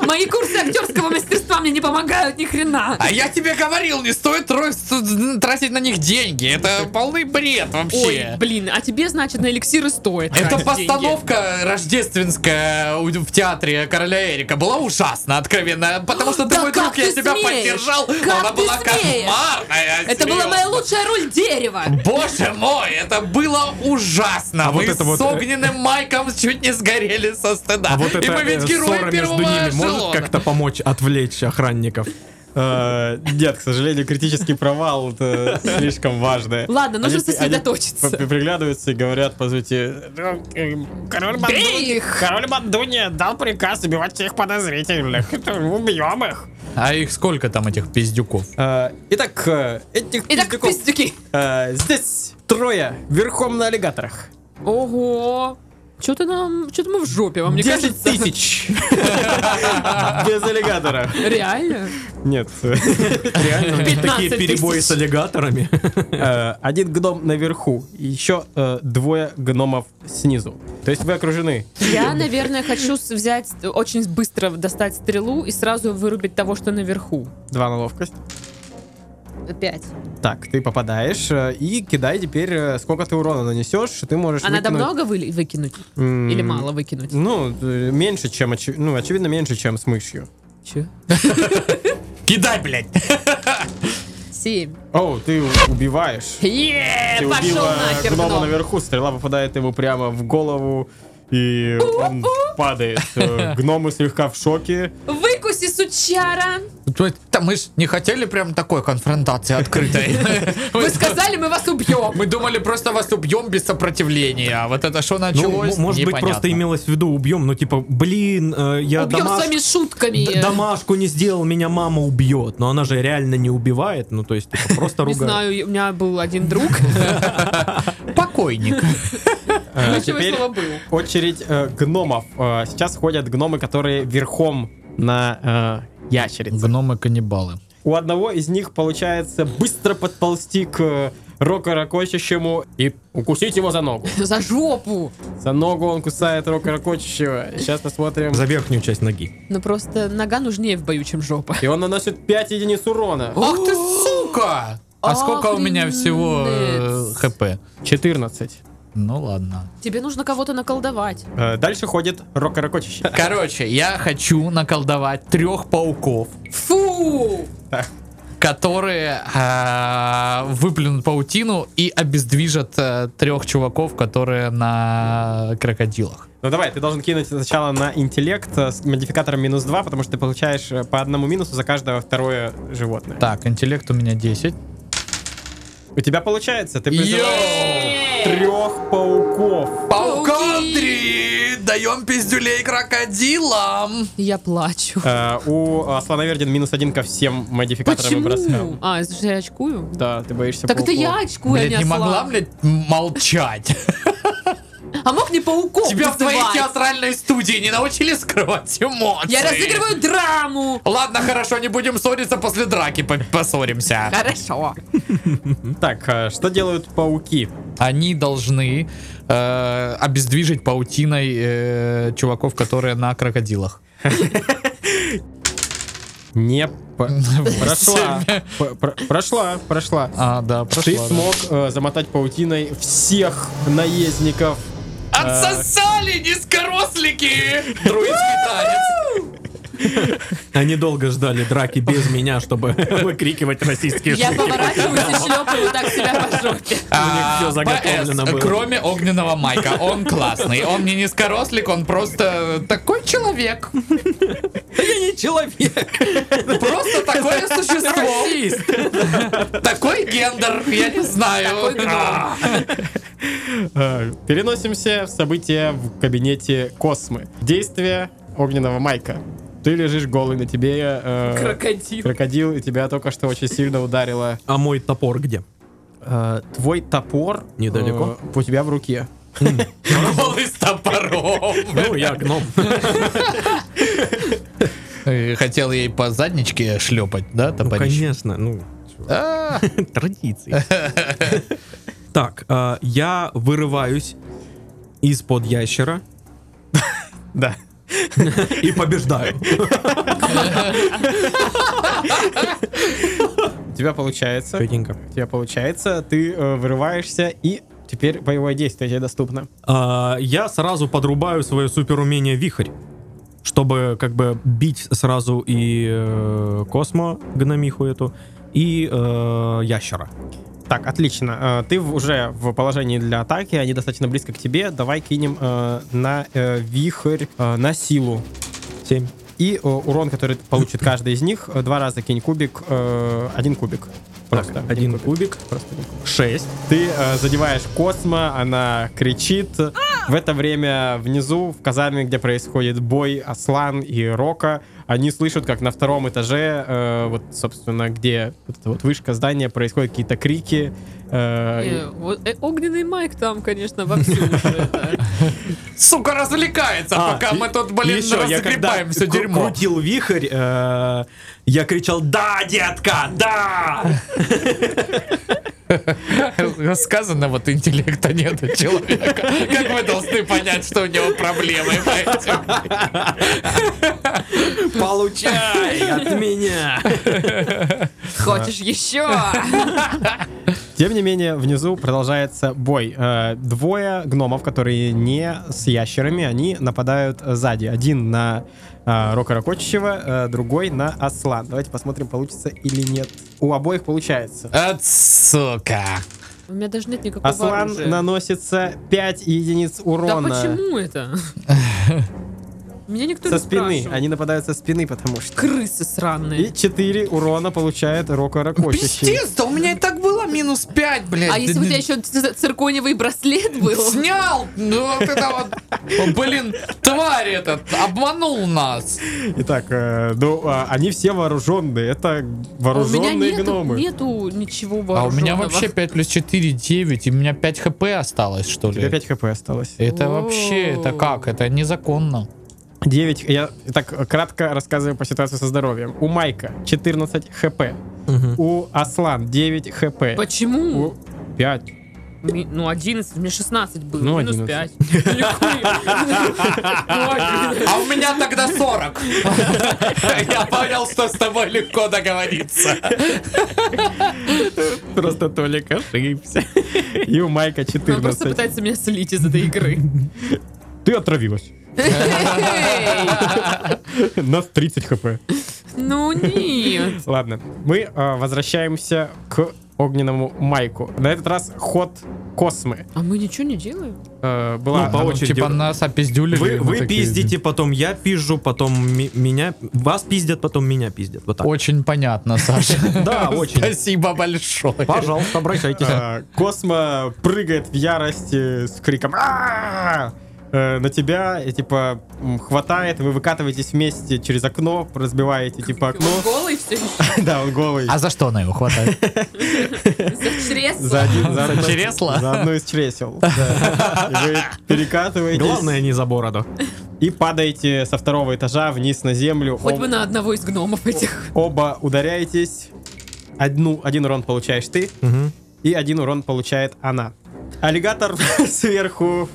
Speaker 1: Мои курсы актерского мастерства мне не помогают ни хрена.
Speaker 2: А я тебе говорил, не стоит тро- тратить на них деньги. Это полный бред
Speaker 1: Ой,
Speaker 2: вообще.
Speaker 1: блин, а тебе, значит, на эликсиры стоит.
Speaker 2: Эта
Speaker 1: тратить деньги.
Speaker 2: постановка рождественская у- в театре короля Эрика была ужасна, откровенно. Потому что ты
Speaker 1: Да
Speaker 2: мой
Speaker 1: как
Speaker 2: друг, я
Speaker 1: ты
Speaker 2: тебя
Speaker 1: смеешь?
Speaker 2: поддержал, но
Speaker 1: Как
Speaker 2: она
Speaker 1: ты
Speaker 2: была
Speaker 1: смеешь?
Speaker 2: кошмарная.
Speaker 1: Это была
Speaker 2: серьезно.
Speaker 1: моя лучшая роль дерева.
Speaker 2: Боже мой, это было ужасно.
Speaker 3: А
Speaker 2: мы
Speaker 3: вот это
Speaker 2: с
Speaker 3: вот, э,
Speaker 2: огненным майком чуть не сгорели со стыда.
Speaker 3: А вот
Speaker 2: И
Speaker 3: эта
Speaker 2: мы
Speaker 3: э,
Speaker 2: ведь герои
Speaker 3: ссора между
Speaker 2: первого
Speaker 3: ними может
Speaker 2: эшелона.
Speaker 3: как-то помочь отвлечь охранников?
Speaker 4: э, Нет, к сожалению, критический провал это слишком важно.
Speaker 1: Ладно, нужно
Speaker 4: Они- они
Speaker 1: сосредоточиться.
Speaker 4: п- Приглядываются и говорят, по сути,
Speaker 5: Ну, э, Король
Speaker 1: Бей
Speaker 5: Бандуни,
Speaker 1: их!
Speaker 5: король Бандуни дал приказ убивать всех подозрительных. Это Убьем их.
Speaker 2: А их сколько там, этих пиздюков?
Speaker 4: Э, Итак, э, этих
Speaker 1: Итак,
Speaker 4: пиздюков,
Speaker 1: пиздюки.
Speaker 4: э, здесь трое верхом на аллигаторах.
Speaker 1: Ого. Что-то нам, что-то мы в жопе, вам не
Speaker 4: 10
Speaker 1: кажется?
Speaker 4: тысяч. Без аллигатора.
Speaker 1: Реально?
Speaker 4: Нет.
Speaker 3: Реально, такие
Speaker 1: 15
Speaker 3: перебои
Speaker 1: тысяч.
Speaker 3: с аллигаторами.
Speaker 4: Э, Один гном наверху, и еще э, двое гномов снизу. То есть вы окружены.
Speaker 1: Я, наверное, хочу с- взять, очень быстро достать стрелу и сразу вырубить того, что наверху.
Speaker 4: Два на ловкость.
Speaker 1: Пять.
Speaker 4: Так, ты попадаешь э, и кидай теперь, э, сколько ты урона нанесешь, ты можешь
Speaker 1: А надо
Speaker 4: выкинуть.
Speaker 1: много выли- выкинуть?
Speaker 4: М,
Speaker 1: Или мало выкинуть?
Speaker 4: Ну, э, меньше, чем, очи- ну, очевидно, меньше, чем с мышью.
Speaker 1: Че?
Speaker 2: Кидай, блядь!
Speaker 1: Семь.
Speaker 4: Оу, ты убиваешь.
Speaker 1: Е,
Speaker 4: Ты
Speaker 1: пошел
Speaker 4: убила
Speaker 1: нахер,
Speaker 4: гнома
Speaker 1: гном.
Speaker 4: наверху, стрела попадает ему прямо в голову, и он падает. Э, Гномы слегка в шоке.
Speaker 1: Ну, Выкуси, сучара!
Speaker 2: Там мы ж не хотели прям такой конфронтации открытой.
Speaker 1: Вы сказали, мы вас убьем!
Speaker 2: Мы думали, просто вас убьем без сопротивления. А вот это что
Speaker 3: Ну,
Speaker 2: началось,
Speaker 3: м- может быть,
Speaker 2: непонятно.
Speaker 3: просто имелось в виду убьем, ну типа, блин, э, я
Speaker 1: Убьем
Speaker 3: домаш-
Speaker 1: с вами шутками!
Speaker 3: д- домашку не сделал, меня мама убьет. Но она же реально не убивает, ну то есть типа, просто
Speaker 1: Не
Speaker 3: ругает.
Speaker 1: знаю, у меня был один друг.
Speaker 2: Покойник.
Speaker 4: Э,
Speaker 1: Ключевое
Speaker 4: теперь
Speaker 1: слово «был».
Speaker 4: очередь э, гномов. Э, Сейчас ходят гномы, которые верхом на э, ящерице.
Speaker 2: Гномы-каннибалы.
Speaker 4: У одного из них получается быстро подползти к э, Рока Рокочущему и укусить его за ногу.
Speaker 1: За жопу!
Speaker 4: За ногу он кусает Рока Рокочущего. Сейчас посмотрим.
Speaker 3: За верхнюю часть ноги.
Speaker 1: Ну просто нога нужнее в бою, чем жопа.
Speaker 4: И он наносит 5 единиц урона.
Speaker 2: Ах ты сука! А сколько у меня всего э,
Speaker 1: Охренеть.
Speaker 2: хп?
Speaker 4: 14.
Speaker 2: Ну ладно.
Speaker 1: Тебе нужно кого-то наколдовать.
Speaker 4: Э, Дальше ходит Рока Рокочущий.
Speaker 2: Короче, я хочу наколдовать трех пауков,
Speaker 1: Фу!
Speaker 2: которые а, выплюнут паутину и обездвижат трех чуваков, которые на крокодилах.
Speaker 4: Ну давай, ты должен кинуть сначала на интеллект э, с модификатором минус 2, потому что ты получаешь э, по одному минусу за каждое второе животное.
Speaker 2: Так, интеллект у меня 10.
Speaker 4: У тебя получается, ты
Speaker 2: Йоу!
Speaker 4: призываешь трех пауков.
Speaker 2: Паука
Speaker 1: Пауки!
Speaker 2: три! Даем пиздюлей крокодилам!
Speaker 1: Я плачу.
Speaker 4: Э, У Аслана Вердин минус один ко всем модификаторам и
Speaker 1: Почему?
Speaker 4: броскам.
Speaker 1: А, из-за что я очкую?
Speaker 4: Да, ты боишься
Speaker 1: Так это
Speaker 4: пауков.
Speaker 1: я очкую, а
Speaker 2: Блять,
Speaker 1: не
Speaker 2: не
Speaker 1: осла.
Speaker 2: могла, блядь, молчать.
Speaker 1: А мог не пауков
Speaker 2: Тебя в твоей
Speaker 1: называть?
Speaker 2: театральной студии не научили скрывать эмоции.
Speaker 1: Я разыгрываю драму!
Speaker 2: Ладно, хорошо, не будем ссориться, после драки по- поссоримся.
Speaker 1: Хорошо.
Speaker 4: Так, э, что делают пауки?
Speaker 2: Они должны э, обездвижить паутиной э, чуваков, которые на крокодилах.
Speaker 4: Не по- прошла. П- пр- Прошла, прошла.
Speaker 2: А, да,
Speaker 4: Ты
Speaker 2: прошла, да.
Speaker 4: смог э, замотать паутиной всех наездников.
Speaker 2: Отсосали низкорослики! Друидский танец.
Speaker 3: Они долго ждали драки без меня, чтобы выкрикивать российские
Speaker 1: Я
Speaker 3: шутки.
Speaker 1: поворачиваюсь и шлепаю так себя по жопе.
Speaker 2: А,
Speaker 3: всё заготовлено
Speaker 2: PS,
Speaker 3: было.
Speaker 2: Кроме огненного майка. Он классный. Он не низкорослик, он просто такой человек.
Speaker 3: Я не человек.
Speaker 2: Просто такое существо.
Speaker 3: Расист.
Speaker 2: Такой гендер, я не знаю. А.
Speaker 4: Э, Переносимся в события в кабинете Космы. Действие огненного майка. Ты лежишь голый на тебе. э,
Speaker 1: Крокодил.
Speaker 4: крокодил, и тебя только что очень сильно ударило.
Speaker 3: А мой топор где?
Speaker 4: э, твой топор
Speaker 3: Недалеко?
Speaker 4: э, у тебя в руке.
Speaker 2: Голый с топором.
Speaker 3: Ну, я гном.
Speaker 2: Э, Хотел ей по задничке шлепать, да,
Speaker 3: Ну,
Speaker 2: топорище?
Speaker 3: конечно, ну,
Speaker 2: А,
Speaker 3: традиции. Так, э, я вырываюсь из-под ящера.
Speaker 4: Да.
Speaker 3: И побеждаю.
Speaker 4: У тебя получается.
Speaker 3: Четенько.
Speaker 4: У тебя получается. Ты э, вырываешься и теперь боевое действие тебе доступно.
Speaker 3: А, я сразу подрубаю свое суперумение вихрь, чтобы как бы бить сразу и э, космо гномиху эту и э, ящера.
Speaker 4: Так, отлично. Э, Ты в- уже в положении для атаки, они достаточно близко к тебе. Давай кинем э, на э, вихрь, э, на силу.
Speaker 3: Семь.
Speaker 4: И э, урон, который получит каждый из них, э, два раза кинь кубик, э, один кубик. Просто
Speaker 3: Так, один кубик.
Speaker 4: Просто один кубик.
Speaker 3: Шесть.
Speaker 4: Ты э, задеваешь Космо, она кричит. В это время внизу, в казарме, где происходит бой Аслан и Рока, они слышат, как на втором этаже, э, вот, собственно, где вот эта вот вышка здания, происходят какие-то крики. э,
Speaker 1: Э, вот, э, Огненный майк там, конечно, вовсю уже. да.
Speaker 2: Сука, развлекается,
Speaker 3: А,
Speaker 2: пока
Speaker 3: и-
Speaker 2: мы тут, блин,
Speaker 3: Еще я когда
Speaker 2: разгребаем все
Speaker 3: кру-
Speaker 2: дерьмо.
Speaker 3: крутил вихрь, э, я кричал «Да, детка, да!»
Speaker 2: Сказано, вот интеллекта нет у человека. Как вы должны понять, что у него проблемы? поэтому?
Speaker 3: Получай от меня!
Speaker 1: Хочешь еще?
Speaker 4: Тем не менее, внизу продолжается бой. Э, Двое гномов, которые не с ящерами, они нападают э, сзади. Один на э, Рока Рокочущего, э, другой на Аслан. Давайте посмотрим, получится или нет. У обоих получается.
Speaker 2: От сука.
Speaker 1: У меня даже нет никакого
Speaker 4: Аслан
Speaker 1: оружия.
Speaker 4: наносится 5 единиц
Speaker 1: Да
Speaker 4: урона.
Speaker 1: почему это? Меня никто
Speaker 4: Со
Speaker 1: не
Speaker 4: спины.
Speaker 1: спрашивал.
Speaker 4: Они нападают со спины, потому что...
Speaker 1: Крысы сраные.
Speaker 4: И 4 урона получает Рока Рокочущий.
Speaker 2: Пиздец, да у меня и так было минус 5, блядь.
Speaker 1: А если бы у тебя еще ц- циркониевый браслет был?
Speaker 2: Снял! Ну вот это вот, блин, тварь этот, обманул нас.
Speaker 4: Итак, э, ну, а, они все вооруженные. Это
Speaker 1: А У меня
Speaker 4: вооруженные
Speaker 1: нету,
Speaker 4: гномы.
Speaker 1: нету ничего
Speaker 2: А у
Speaker 1: вооруженного.
Speaker 2: меня вообще 5 плюс 4, 9, и у меня 5 хп осталось, что
Speaker 4: У тебя
Speaker 2: ли?
Speaker 4: 5 хп осталось.
Speaker 2: Это вообще, это как? Это незаконно.
Speaker 4: 9, я так кратко рассказываю по ситуации со здоровьем. У Майка 14 хп. У Аслан 9 хп.
Speaker 1: Почему?
Speaker 4: У 5.
Speaker 1: Ми- Ну, 11, мне 16 было,
Speaker 4: Ну,
Speaker 1: минус
Speaker 4: 11.
Speaker 1: 5. Легко.
Speaker 2: А у меня тогда 40. Я понял, что с тобой легко договориться.
Speaker 4: Просто Толик ошибся. И у Майка
Speaker 1: Он просто
Speaker 4: 14.
Speaker 1: пытается меня слить из этой игры.
Speaker 4: Ты отравилась.
Speaker 1: Эй,
Speaker 4: На 30 хп.
Speaker 1: Ну нет.
Speaker 4: Ладно. Мы э, возвращаемся к огненному Майку. На этот раз ход Космы.
Speaker 1: А мы ничего не делаем?
Speaker 4: Э, была...
Speaker 3: Ну, по
Speaker 4: она-
Speaker 3: очереди.
Speaker 2: Типа нас опиздюлили.
Speaker 3: Вы,
Speaker 2: мы
Speaker 3: вы
Speaker 2: такие,
Speaker 3: пиздите, потом я пизжу, потом ми- меня... Вас пиздят, потом меня пиздят. Вот так.
Speaker 2: Очень понятно, Саша.
Speaker 3: Да, очень.
Speaker 2: Спасибо большое.
Speaker 3: Пожалуйста, обращайтесь.
Speaker 4: Э, Космо прыгает в ярости с криком «Ааа!» Э, на тебя, и, типа, м, хватает, вы выкатываетесь вместе через окно, разбиваете, типа, окно.
Speaker 1: Он голый все еще.
Speaker 4: Да, он голый.
Speaker 2: А за что она его хватает?
Speaker 1: За чресло.
Speaker 4: За один, за
Speaker 2: За
Speaker 4: одно-
Speaker 2: чресло?
Speaker 4: За одну из чресел. да. И Вы перекатываетесь
Speaker 3: Главное, не за бороду.
Speaker 4: и падаете со второго этажа вниз на землю.
Speaker 1: Хоть
Speaker 4: Об-
Speaker 1: бы на одного из гномов этих.
Speaker 4: Оба ударяетесь. Одну, один урон получаешь ты,
Speaker 3: Мгм.
Speaker 4: и один урон получает она. Аллигатор сверху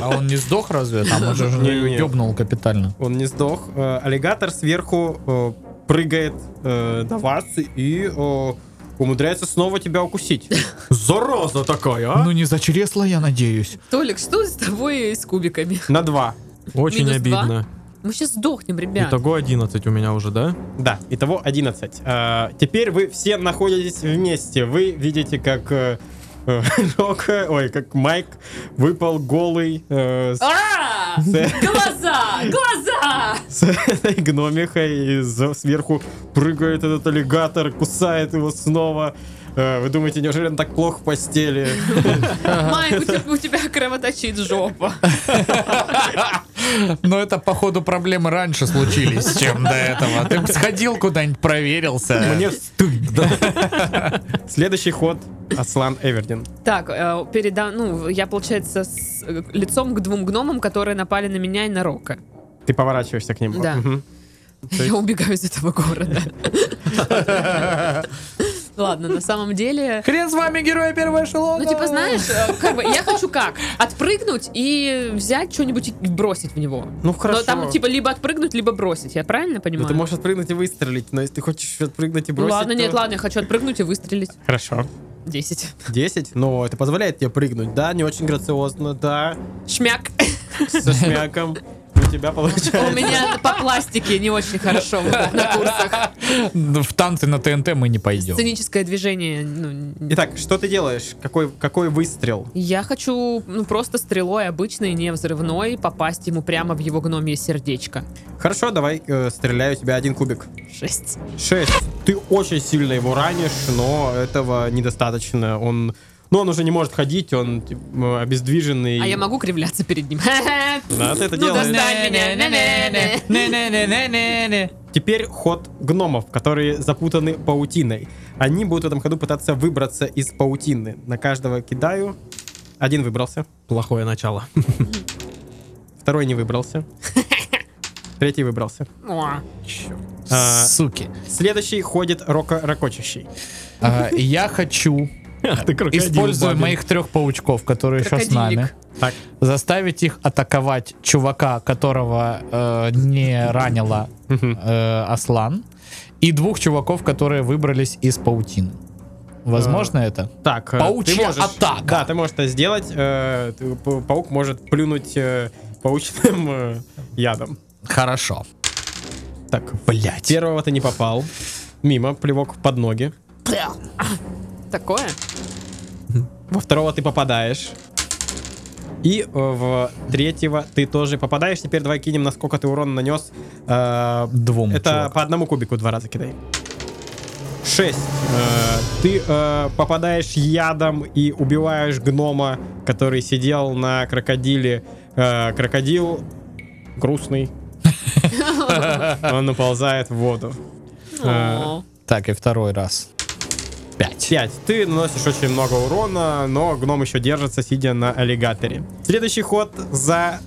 Speaker 2: А он не сдох разве? Там уже
Speaker 4: Не-не.
Speaker 2: ёбнул капитально.
Speaker 4: Он не сдох. Э, Аллигатор сверху э, прыгает э, на вас и э, умудряется снова тебя укусить.
Speaker 3: Зараза такая, а?
Speaker 2: Ну не за чресло, я надеюсь.
Speaker 1: Толик, что с тобой и с кубиками?
Speaker 4: На два.
Speaker 3: Ну, Очень
Speaker 1: минус два.
Speaker 3: обидно.
Speaker 1: Мы сейчас сдохнем, ребят.
Speaker 3: Итого 11 у меня уже, да?
Speaker 4: Да, итого 11. А, теперь вы все находитесь вместе. Вы видите, как э, э, Рока, ой, как Майк выпал голый э, с,
Speaker 1: А! Глаза! Глаза!
Speaker 4: с этой гномихой, и за- сверху прыгает этот аллигатор, кусает его снова. Э, Вы думаете, неужели он так плохо в постели?
Speaker 1: Майк, у тебя- у тебя кровоточит жопа.
Speaker 2: Но это, походу, проблемы раньше случились, чем до этого. Ты б сходил куда-нибудь, проверился.
Speaker 4: Мне стыдно. Э, Следующий ход Аслан Эвердин.
Speaker 1: Так, э, переда... ну, я, получается, с э, лицом к двум гномам, которые напали на меня и на Рока.
Speaker 4: Ты поворачиваешься к нему.
Speaker 1: Да.
Speaker 4: Мгм.
Speaker 1: Я убегаю из этого города. Ладно, на самом деле...
Speaker 2: Хрен с вами, герои первого эшелона.
Speaker 1: Ну, типа, знаешь, э, как бы, я хочу как? Отпрыгнуть и взять что-нибудь и бросить в него.
Speaker 4: Ну хорошо.
Speaker 1: Но там, типа, либо отпрыгнуть, либо бросить. Я правильно
Speaker 4: Ну,
Speaker 1: понимаю?
Speaker 4: ты можешь отпрыгнуть и выстрелить, но если ты хочешь отпрыгнуть и
Speaker 1: Ну,
Speaker 4: бросить...
Speaker 1: ладно,
Speaker 4: то-
Speaker 1: нет, ладно, я хочу отпрыгнуть и выстрелить.
Speaker 4: Хорошо.
Speaker 1: Десять.
Speaker 4: 10, но это позволяет тебе прыгнуть, да, не очень грациозно, да,
Speaker 1: Шмяк.
Speaker 4: со шмяком. У тебя
Speaker 1: У
Speaker 4: получается.
Speaker 1: меня по пластике не очень хорошо на курсах.
Speaker 2: В танцы на ТНТ мы не пойдем.
Speaker 1: Сценическое движение, ну,
Speaker 4: Итак, что ты делаешь? Какой, какой выстрел?
Speaker 1: Я хочу ну, просто стрелой обычной, не взрывной, попасть ему прямо в его гномье сердечко.
Speaker 4: Хорошо, давай э, стреляю тебя один кубик.
Speaker 1: Шесть.
Speaker 4: 6. Ты очень сильно его ранишь, но этого недостаточно. Он, ну, он уже не может ходить, он типа, обездвиженный.
Speaker 1: А я могу кривляться перед ним.
Speaker 4: Да, ты это
Speaker 1: Ну,
Speaker 4: делаешь.
Speaker 1: достань меня. Не-не-не.
Speaker 2: Не-не-не-не-не-не.
Speaker 4: Теперь ход гномов, которые запутаны паутиной. Они будут в этом ходу пытаться выбраться из паутины. На каждого кидаю. Один выбрался.
Speaker 3: Плохое начало.
Speaker 4: Второй не выбрался. Третий выбрался.
Speaker 1: О,
Speaker 4: А,
Speaker 2: Суки.
Speaker 4: Следующий ходит Рока Рокочущий.
Speaker 2: А, Я хочу, используя моих трех паучков, которые еще с нами,
Speaker 1: Крокодильник.
Speaker 4: Так.
Speaker 2: заставить их атаковать чувака, которого э, не ранила э, Аслан, и двух чуваков, которые выбрались из паутины. Возможно это?
Speaker 4: Так, э,
Speaker 2: Паучья
Speaker 4: ты можешь,
Speaker 2: атака.
Speaker 4: Да, ты можешь это сделать. э, ты- п- паук может плюнуть э, паучным э, ядом.
Speaker 2: Хорошо.
Speaker 4: Так,
Speaker 2: Блять.
Speaker 4: первого ты не попал. Мимо, плевок под ноги.
Speaker 1: Такое?
Speaker 4: Во второго ты попадаешь. И э, в третьего ты тоже попадаешь. Теперь давай кинем, насколько ты урон нанес. Э,
Speaker 2: Двум.
Speaker 4: это
Speaker 2: чувакам.
Speaker 4: по одному кубику два раза кидай. 6. ты э, попадаешь ядом и убиваешь гнома, который сидел на крокодиле. Э, крокодил грустный. Он наползает в воду. А,
Speaker 1: О.
Speaker 2: Так, и второй раз. Пять.
Speaker 4: 5. Ты наносишь очень много урона, но гном еще держится, сидя на аллигаторе. Следующий ход за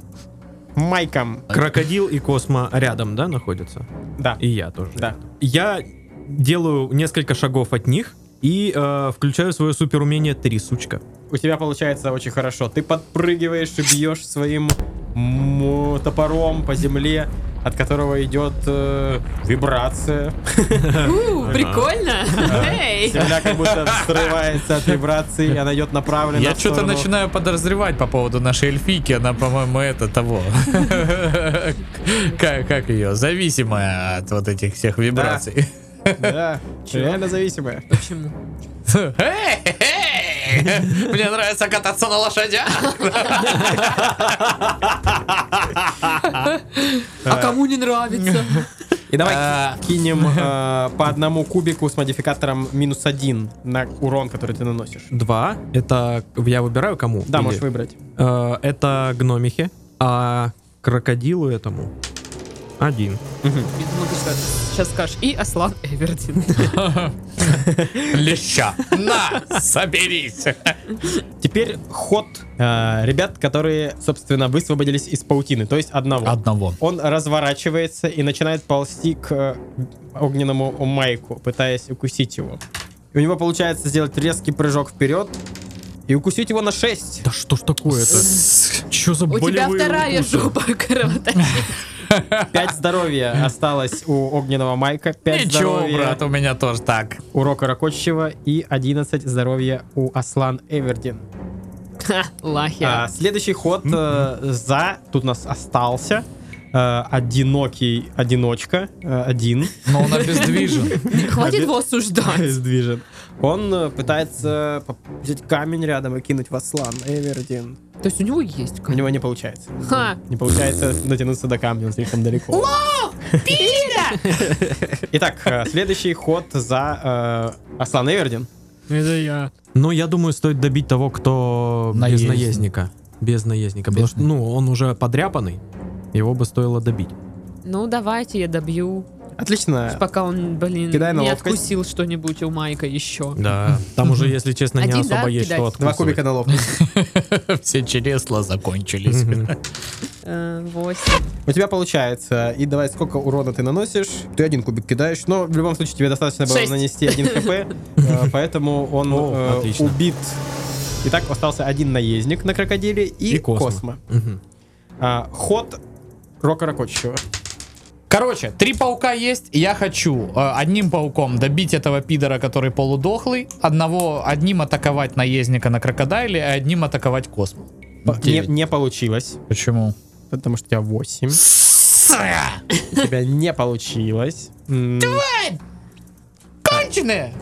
Speaker 4: Майком.
Speaker 3: Крокодил и Космо рядом, да, находятся?
Speaker 4: Да.
Speaker 3: И я тоже.
Speaker 4: Да.
Speaker 3: Я делаю несколько шагов от них и э, включаю свое суперумение «Три, сучка».
Speaker 4: У тебя получается очень хорошо. Ты подпрыгиваешь и бьешь своим м, топором по земле, от которого идет э, вибрация.
Speaker 1: У, Прикольно. Эй.
Speaker 4: Земля как будто взрывается от вибрации, и она идет направленно.
Speaker 2: Я
Speaker 4: в
Speaker 2: что-то
Speaker 4: сторону.
Speaker 2: начинаю подозревать по поводу нашей эльфийки. Она, по-моему, это того. Как, как ее? Зависимая от вот этих всех вибраций.
Speaker 4: Да, реально зависимая.
Speaker 1: Почему?
Speaker 2: Эй, эй, Мне нравится кататься на лошадях.
Speaker 1: А кому не нравится?
Speaker 4: И давай А, кинем э, по одному кубику с модификатором минус один на урон, который ты наносишь.
Speaker 3: Два. Это я выбираю кому?
Speaker 4: Да,
Speaker 3: Или-
Speaker 4: можешь выбрать.
Speaker 3: Э, это гномихи, а крокодилу этому один.
Speaker 1: Я думала, ты что сейчас скажешь. И Аслан Эвердин.
Speaker 2: Леща. На, соберись.
Speaker 4: Теперь ход э, ребят, которые, собственно, высвободились из паутины, то есть одного.
Speaker 2: Одного.
Speaker 4: Он разворачивается и начинает ползти к э, огненному майку, пытаясь укусить его. И у него получается сделать резкий прыжок вперед и укусить его на 6.
Speaker 3: Да что ж такое-то? Че за
Speaker 1: У тебя
Speaker 3: болевые
Speaker 1: вторая
Speaker 3: укусы?
Speaker 1: жопа кровоточит.
Speaker 4: Пять здоровья осталось у огненного майка, пять
Speaker 2: Ничего,
Speaker 4: здоровья
Speaker 2: брат, у меня тоже так.
Speaker 4: у Рока Рокочева и 11 здоровья у Аслан Эвердин.
Speaker 1: Ха, Лахи.
Speaker 4: А, следующий ход э, за тут у нас остался э, одинокий одиночка э, один
Speaker 2: Но он обездвижен.
Speaker 1: Не Хватит
Speaker 4: обе-
Speaker 1: его осуждать.
Speaker 4: сдвижен. Он э, пытается поп- взять камень рядом и кинуть в Аслан Эвердин.
Speaker 1: То есть у него есть
Speaker 4: У
Speaker 1: конь.
Speaker 4: него не получается.
Speaker 1: Ха.
Speaker 4: Не получается дотянуться до камня, он слишком далеко. Итак, э, следующий ход за э, Аслан Эвердин.
Speaker 2: Это я.
Speaker 3: Ну, я думаю, стоит добить того, кто без
Speaker 2: Наездник.
Speaker 3: наездника. Без наездника. Потому что, ну, он уже подряпанный. Его бы стоило добить.
Speaker 1: Ну, давайте я добью.
Speaker 4: Отлично.
Speaker 1: Пока он, блин,
Speaker 4: Кидай на
Speaker 1: не
Speaker 4: ловкость.
Speaker 1: откусил что-нибудь у Майка еще.
Speaker 3: Да. Там уже, если честно, не
Speaker 1: Один, да,
Speaker 3: особо есть
Speaker 1: кидать?
Speaker 3: что
Speaker 4: Два
Speaker 3: откусывать.
Speaker 4: кубика на ловкость.
Speaker 2: Все чресла закончились.
Speaker 1: Э, Восемь.
Speaker 4: У тебя получается. И давай, сколько урона ты наносишь? Ты один кубик кидаешь. Но в любом случае тебе достаточно было
Speaker 1: Шесть.
Speaker 4: нанести один хп. э, Поэтому он
Speaker 3: О,
Speaker 4: э,
Speaker 3: отлично.
Speaker 4: убит. Итак, остался один наездник на крокодиле и
Speaker 3: И Космо.
Speaker 4: Космо.
Speaker 3: Мгм.
Speaker 4: А, Ход Рока Рокочева.
Speaker 2: Короче, три паука есть. и Я хочу э, одним пауком добить этого пидора, который полудохлый, одного, одним атаковать наездника на крокодайле, а одним атаковать космос.
Speaker 4: По- Не
Speaker 2: Девять.
Speaker 4: не получилось,
Speaker 2: Почему?
Speaker 4: потому что у тебя 8. У тебя не получилось. М,
Speaker 2: Конченые!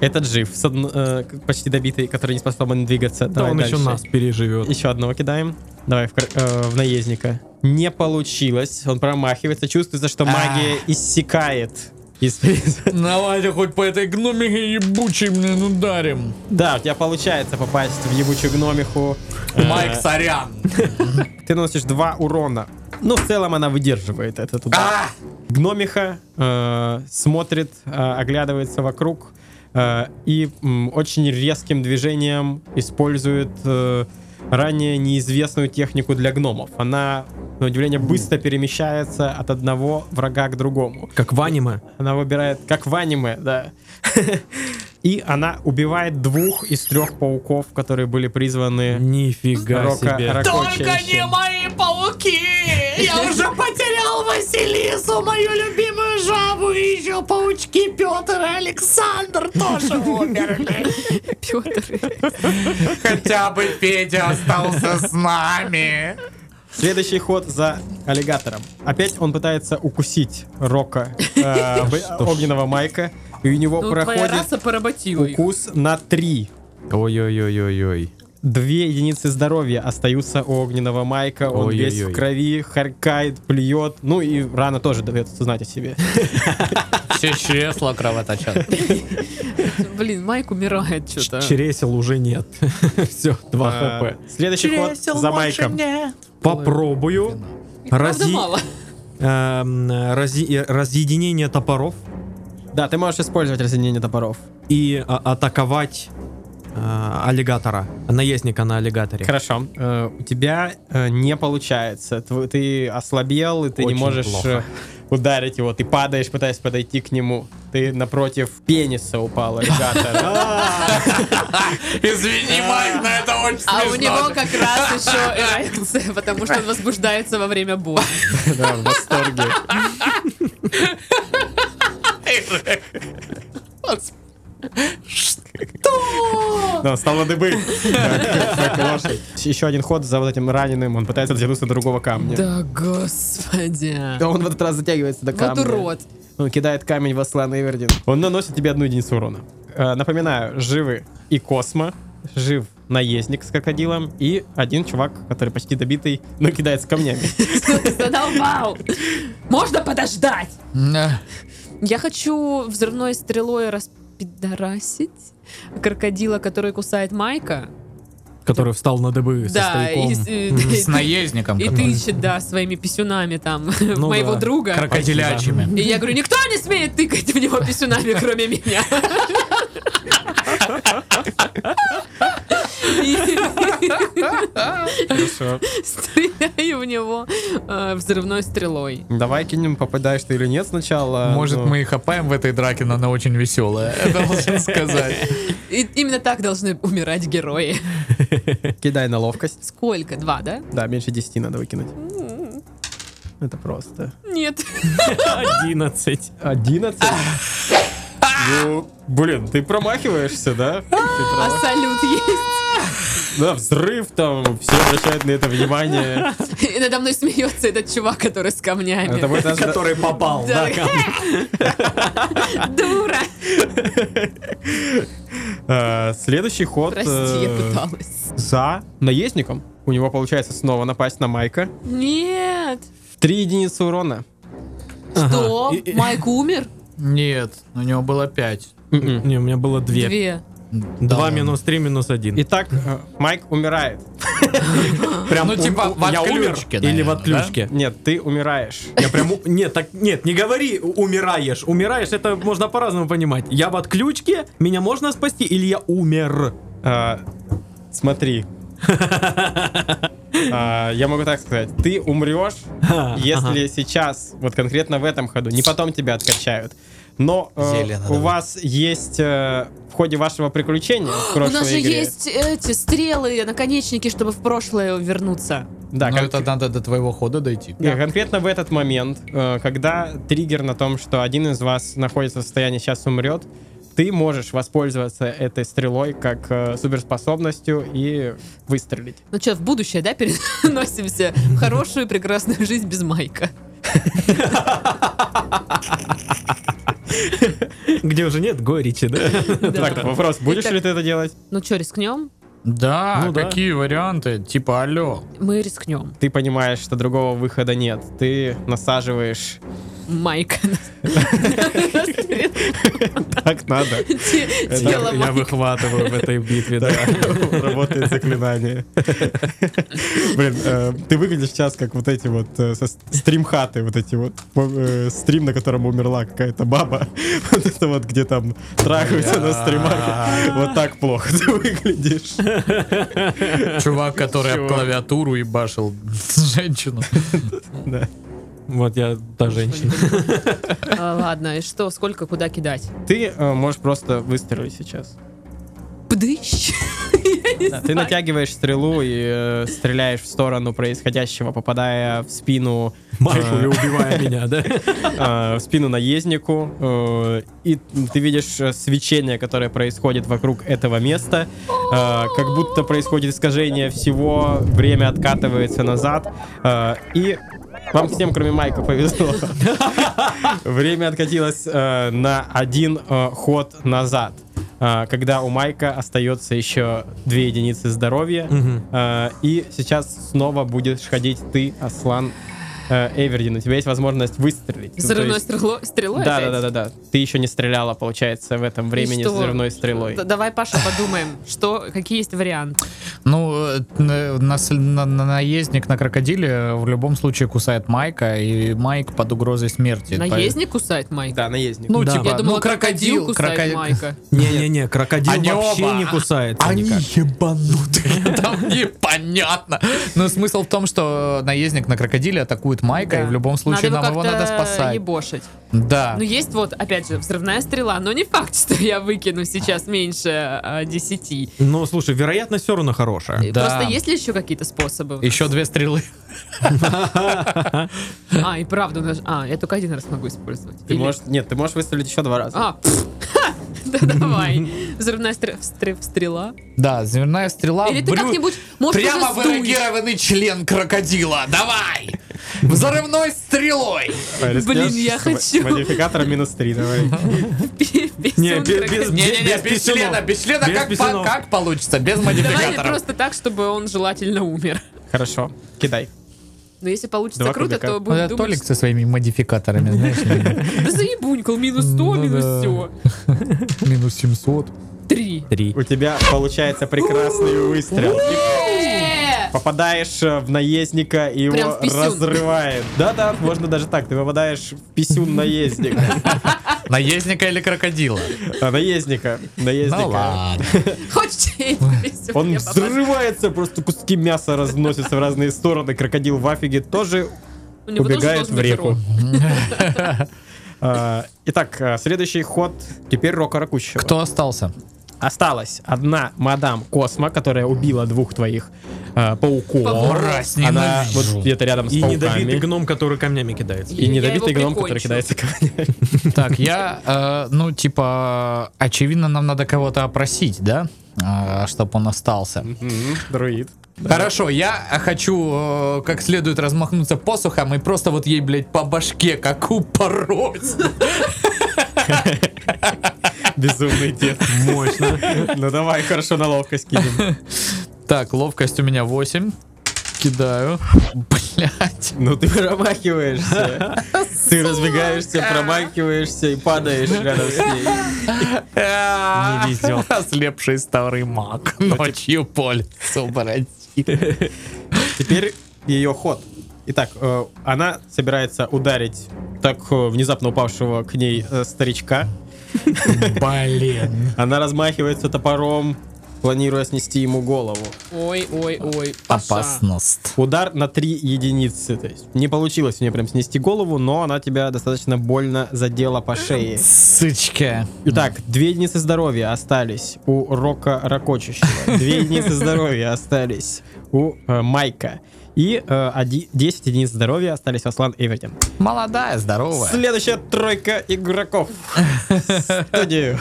Speaker 4: Этот жив, с одн- э, к- почти добитый, который не способен двигаться.
Speaker 3: Да,
Speaker 4: Давай
Speaker 3: он еще
Speaker 4: дальше.
Speaker 3: нас переживет.
Speaker 4: Еще одного кидаем. Давай в, кр- э, в наездника. Не получилось. Он промахивается. Чувствуется, что магия иссякает. из приза.
Speaker 2: Давайте хоть по этой гномике ебучей мне ударим.
Speaker 4: Да, у тебя получается попасть в ебучую гномиху. Э,
Speaker 2: Майк, сорян.
Speaker 4: Ты носишь два урона. Ну, в целом она выдерживает этот удар.
Speaker 2: А!
Speaker 4: Гномиха э, смотрит, э, оглядывается вокруг э, и м, очень резким движением использует э, ранее неизвестную технику для гномов. Она, на удивление, быстро перемещается от одного врага к другому.
Speaker 3: Как в аниме.
Speaker 4: Она выбирает, как в аниме, да. И она убивает двух из трех пауков, которые были призваны
Speaker 3: Нифига
Speaker 4: Рока
Speaker 3: себе.
Speaker 2: Только не
Speaker 4: Рокочевичем.
Speaker 2: мои пауки! Я уже потерял Василису, мою любимую жабу, и еще паучки Петр и Александр тоже умерли.
Speaker 1: Петр.
Speaker 2: Хотя бы Федя остался с нами.
Speaker 4: Следующий ход за аллигатором. Опять он пытается укусить Рока э, б- огненного майка, и у него
Speaker 1: Ну, твоя
Speaker 4: проходит
Speaker 1: раса поработила их.
Speaker 4: укус на 3.
Speaker 3: Ой-ой-ой-ой-ой.
Speaker 4: Две единицы здоровья остаются у огненного майка. Он
Speaker 3: Ой-ой-ой.
Speaker 4: весь в крови, харкает, плюет. Ну и рано тоже дает знать о себе.
Speaker 2: Все чресла кровоточат.
Speaker 1: Блин, Майк умирает что-то.
Speaker 3: Чересел уже нет. Все, 2
Speaker 4: Э,
Speaker 3: хп.
Speaker 4: Следующий ход за майком.
Speaker 3: Попробую.
Speaker 1: Правда
Speaker 3: рази-
Speaker 1: мало.
Speaker 3: эм, рази- э, Разъединение топоров
Speaker 4: Да, ты можешь использовать разъединение топоров.
Speaker 3: и а, атаковать э, аллигатора. Наездника на аллигаторе.
Speaker 4: Хорошо. Э, У тебя э, не получается. Тв- Ты ослабел, и ты не
Speaker 3: Очень
Speaker 4: можешь
Speaker 3: плохо.
Speaker 4: э, ударить его. Ты падаешь, пытаясь подойти к нему. Ты напротив пениса упал, аллигатора.
Speaker 2: Извини, Майк, но это очень
Speaker 1: А у
Speaker 2: смешно.
Speaker 1: него как раз еще эрекция, потому что он возбуждается во время боя.
Speaker 4: Да, в восторге. Да, встал на дыбы. Как- как лошадь. Еще один ход за вот этим раненым. Он пытается дотянуться до другого камня.
Speaker 1: Да господи.
Speaker 4: Да он в этот раз затягивается до камня.
Speaker 1: Вот урод.
Speaker 4: Он Ну, кидает камень в Аслана Эвердин. Он наносит тебе одну единицу урона. Э, Напоминаю, живы и Космо, жив наездник с крокодилом и один чувак, который почти добитый, но кидается камнями.
Speaker 1: Задолбал. Можно подождать.
Speaker 2: Да.
Speaker 1: Я хочу взрывной стрелой распидорасить крокодила, который кусает Майка.
Speaker 3: Который встал на дыбы со
Speaker 1: Да, и,
Speaker 3: стояком.
Speaker 1: с- э,
Speaker 2: С наездником.
Speaker 1: и
Speaker 2: который-
Speaker 1: тычет, да, своими писюнами там
Speaker 3: Ну
Speaker 1: моего
Speaker 3: да.
Speaker 1: друга.
Speaker 2: Крокодилячими.
Speaker 1: И я говорю, никто не смеет тыкать в него писюнами, кроме меня. И Стреляю в него э, взрывной стрелой.
Speaker 4: Давай кинем, попадаешь ты или нет сначала.
Speaker 3: А,
Speaker 2: Может,
Speaker 4: Ну,
Speaker 2: мы и хапаем в этой драке, но она очень веселая. Это должен сказать.
Speaker 1: И именно так должны умирать герои.
Speaker 4: Кидай на ловкость.
Speaker 1: Сколько? Два, да?
Speaker 4: Да, меньше 10 надо выкинуть.
Speaker 6: Это просто.
Speaker 1: Нет.
Speaker 3: 11.
Speaker 6: 11?
Speaker 4: Ну, блин, ты промахиваешься, да? Ты
Speaker 1: А
Speaker 4: прав.
Speaker 1: салют есть.
Speaker 4: Да, взрыв там, все обращают на это внимание.
Speaker 1: И надо мной смеется этот чувак, который с камнями.
Speaker 4: Это будет даже-
Speaker 2: Который попал.
Speaker 1: Да. Дура.
Speaker 4: Э, Следующий ход
Speaker 1: Прости, я
Speaker 4: э,
Speaker 1: пыталась.
Speaker 4: за наездником. У него получается снова напасть на Майка.
Speaker 1: Нет.
Speaker 4: Три единицы урона.
Speaker 1: Что?
Speaker 3: И- и-
Speaker 1: Майк умер?
Speaker 2: Нет, у него было 5.
Speaker 4: Мгм.
Speaker 3: Не, у меня было две.
Speaker 1: Две.
Speaker 3: Два минус три минус один.
Speaker 4: Итак, э, Майк умирает.
Speaker 3: Прям
Speaker 2: Ну,
Speaker 3: у-
Speaker 2: типа,
Speaker 3: у-
Speaker 2: в
Speaker 3: я умер
Speaker 2: отключке,
Speaker 3: Или в
Speaker 2: наверное, да?
Speaker 3: отключке.
Speaker 4: Нет, ты умираешь.
Speaker 3: Я прям... у- Нет, так... Нет, не говори у- «умираешь». «Умираешь» — это можно по-разному понимать. Я в отключке, меня можно спасти, или я умер?
Speaker 4: А, Смотри. А, Я могу так сказать. Ты умрешь,
Speaker 3: Ха, ага.
Speaker 4: если сейчас, вот конкретно в этом ходу, не потом тебя откачают. Но э,
Speaker 2: Зелье надо
Speaker 4: у вас есть э, в ходе вашего приключения в
Speaker 1: У
Speaker 4: прошлой
Speaker 1: нас же
Speaker 4: игре-
Speaker 1: есть эти стрелы, наконечники, чтобы в прошлое вернуться.
Speaker 4: Да,
Speaker 2: Но
Speaker 3: а
Speaker 4: кон-
Speaker 2: Ну, это надо до твоего хода дойти.
Speaker 4: э, конкретно в этот момент, э, когда триггер на том, что один из вас находится в состоянии сейчас умрет, ты можешь воспользоваться этой стрелой как э, суперспособностью и выстрелить.
Speaker 1: Ну что, в будущее, да, переносимся? В хорошую, прекрасную жизнь без Майка.
Speaker 3: Где уже нет горечи, да?
Speaker 1: Да.
Speaker 4: Так, вопрос, будешь
Speaker 1: Итак-
Speaker 4: ли ты это делать?
Speaker 1: Ну что, рискнем?
Speaker 2: Да,
Speaker 3: Ну да.
Speaker 2: какие варианты? Типа, алло.
Speaker 1: Мы рискнем.
Speaker 4: Ты понимаешь, что другого выхода нет. Ты насаживаешь
Speaker 1: Майка.
Speaker 4: так надо.
Speaker 1: Тело
Speaker 3: Я
Speaker 1: Майка.
Speaker 3: выхватываю в этой битве, да.
Speaker 4: Работает заклинание. Блин, э, ты выглядишь сейчас как вот эти вот э, со с- стримхаты, вот эти вот по- э, стрим, на котором умерла какая-то баба. Вот это вот, где там трахаются на стримах. Вот так плохо ты выглядишь.
Speaker 2: Чувак, который об клавиатуру ебашил женщину.
Speaker 3: Вот я та женщина.
Speaker 1: А, Ладно, и что, сколько, куда кидать?
Speaker 4: Ты э, можешь просто выстрелить сейчас.
Speaker 1: Пдыщ.
Speaker 4: Да, ты натягиваешь стрелу и э, стреляешь в сторону происходящего, попадая в спину
Speaker 3: Майку и убивая меня, да?
Speaker 4: э, в спину наезднику, э, и ты видишь э, свечение, которое происходит вокруг этого места, э, как будто происходит искажение всего, время откатывается назад, э, и вам всем, кроме Майка, повезло. Время откатилось э, на один э, ход назад. э, Когда у Майка остается еще две единицы здоровья, Э, И сейчас снова будешь ходить ты, Аслан э, Эвердин. У тебя есть возможность выстрелить. Ну, то
Speaker 1: Взрывной
Speaker 4: есть-
Speaker 1: стрело- стрелой
Speaker 4: Да,
Speaker 1: опять?
Speaker 4: да, да, да, да. Ты еще не стреляла, получается, в этом времени с
Speaker 1: что?
Speaker 4: взрывной стрелой.
Speaker 1: Д- Давай, Паша, подумаем, что, какие есть варианты.
Speaker 2: Ну, э, на- на- на- наездник на крокодиле в любом случае кусает Майка, и Майк под угрозой смерти.
Speaker 1: Наездник кусает Майка?
Speaker 4: Да, наездник.
Speaker 2: Ну,
Speaker 3: Да.
Speaker 2: типа,
Speaker 1: Я думала,
Speaker 2: ну, крокодил,
Speaker 1: кусает
Speaker 2: крокодил.
Speaker 1: Майка.
Speaker 3: Не-не-не, крокодил
Speaker 2: Они
Speaker 3: вообще
Speaker 2: оба.
Speaker 3: не кусает.
Speaker 2: Они ебанутые, там непонятно. Но смысл в том, что наездник на крокодиле атакует Майка, и
Speaker 1: Да.
Speaker 2: в любом случае
Speaker 1: надо
Speaker 2: нам его
Speaker 1: как-то
Speaker 2: надо спасать. А.
Speaker 1: ебошить.
Speaker 2: Да.
Speaker 1: Ну, есть вот, опять же, взрывная стрела, но не факт, что я выкину сейчас меньше э, 10.
Speaker 3: Ну, слушай, вероятность все равно хорошая.
Speaker 1: И
Speaker 2: Да.
Speaker 1: Просто есть ли еще какие-то способы?
Speaker 2: Еще две стрелы.
Speaker 1: А, и правда, у нас... А, я только один раз могу использовать.
Speaker 4: Ты
Speaker 1: Или-
Speaker 4: можешь, нет, ты можешь выстрелить еще два раза.
Speaker 1: А, пф, ха, да давай. Взрывная стр- стр- стрела.
Speaker 2: Да, зверная стрела.
Speaker 1: Или ты
Speaker 2: брю-
Speaker 1: как-нибудь, может,
Speaker 2: Прямо
Speaker 1: уже сдуешь.
Speaker 2: вырегированный член крокодила. Давай! Взрывной стрелой!
Speaker 1: А, Блин, я хочу.
Speaker 4: Модификатор минус три, давай.
Speaker 1: Пи- писюн
Speaker 3: Не, бе-
Speaker 1: крокодила.
Speaker 3: без-
Speaker 2: Не-не-не, без,
Speaker 3: писюнов.
Speaker 2: члена, без члена
Speaker 3: Без
Speaker 2: как, по-
Speaker 3: писюнов.
Speaker 2: как получится, без
Speaker 1: Давай
Speaker 2: модификаторов.
Speaker 1: просто так, чтобы он желательно умер.
Speaker 4: Хорошо, кидай.
Speaker 1: Но если получится
Speaker 4: Два
Speaker 1: круто,
Speaker 4: кубика.
Speaker 1: то будем думать, что...
Speaker 2: со своими модификаторами, знаешь,
Speaker 1: Да заебунькал, минус 100,
Speaker 2: Ну
Speaker 1: минус
Speaker 2: да.
Speaker 1: все.
Speaker 2: минус 700.
Speaker 1: Три.
Speaker 3: Три.
Speaker 4: У тебя получается прекрасный выстрел.
Speaker 1: Э,
Speaker 4: Попадаешь э, в наездника и
Speaker 1: Прям
Speaker 4: его
Speaker 1: в писюн.
Speaker 4: разрывает. Да-да, можно даже так. Ты попадаешь в писюн наездника.
Speaker 2: Наездника или крокодила?
Speaker 4: А, Наездника.
Speaker 2: Ну
Speaker 4: Наездника.
Speaker 2: ладно.
Speaker 1: Хочешь я тебе
Speaker 4: Он
Speaker 1: попаду?
Speaker 4: взрывается, просто куски мяса разносятся в разные стороны. Крокодил в афиге тоже.
Speaker 1: У него тоже
Speaker 4: убегает
Speaker 1: должен
Speaker 4: в
Speaker 1: быть
Speaker 4: реку.
Speaker 1: рог.
Speaker 4: а, Итак, а, следующий ход. Теперь Рока Ракущева.
Speaker 2: Кто остался?
Speaker 4: Осталась одна мадам Космо, которая убила двух твоих э, пауков.
Speaker 2: Раз,
Speaker 4: Она вот
Speaker 2: ненавижу.
Speaker 4: где-то рядом с
Speaker 3: И
Speaker 4: пауками.
Speaker 3: недобитый гном, который камнями кидается.
Speaker 4: И
Speaker 1: Я
Speaker 4: недобитый
Speaker 1: его
Speaker 4: гном, который
Speaker 1: прикончу.
Speaker 4: кидается камнями.
Speaker 2: Так, я, э, ну, типа, очевидно, нам надо кого-то опросить, да? чтобы он остался.
Speaker 4: Друид.
Speaker 2: Хорошо, я хочу э, как следует размахнуться посухом и просто вот ей, блядь, по башке как упороть.
Speaker 4: Безумный дед. Мощно. Ну давай, хорошо, на ловкость кинем.
Speaker 2: Так, ловкость у меня 8. Кидаю. Блять.
Speaker 4: Ну ты промахиваешься. Ты разбегаешься, промахиваешься и падаешь рядом с ней.
Speaker 2: Не
Speaker 4: везет.
Speaker 2: А, Ослепший старый маг. Ночью по лесу бродил.
Speaker 4: Теперь ее ход. Итак, э, она собирается ударить так э, внезапно упавшего к ней э, старичка.
Speaker 2: Блин.
Speaker 4: Она размахивается топором, планируя снести ему голову.
Speaker 1: Ой, ой, ой. Паша.
Speaker 2: Опасность.
Speaker 4: Удар на три единицы. То есть не получилось мне прям снести голову, но она тебя достаточно больно задела по шее.
Speaker 2: Сычка.
Speaker 4: Итак, две единицы здоровья остались у Рока Рокочущего. Две единицы здоровья остались у э, Майка. И э, оди- 10 единиц здоровья остались у Аслан Эвертин.
Speaker 2: Молодая, здоровая.
Speaker 4: Следующая тройка игроков. Студию.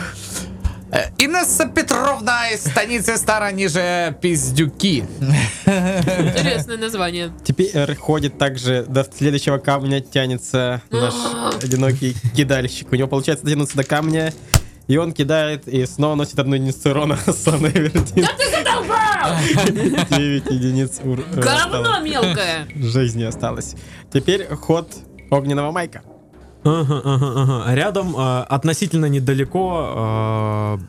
Speaker 2: Э, Инесса Петровна из станицы Стара Ниже Пиздюки.
Speaker 1: Интересное название.
Speaker 4: Теперь э, ходит также до следующего камня тянется наш одинокий кидальщик. У него получается дотянуться до камня, и он кидает и снова носит одну единицу урона Аслана Эвертин. Девять единиц ур- э,
Speaker 1: Говно
Speaker 4: осталось.
Speaker 1: мелкое!
Speaker 4: жизни осталось. Теперь ход огненного майка.
Speaker 3: Ага, ага, ага. Рядом э, относительно недалеко а,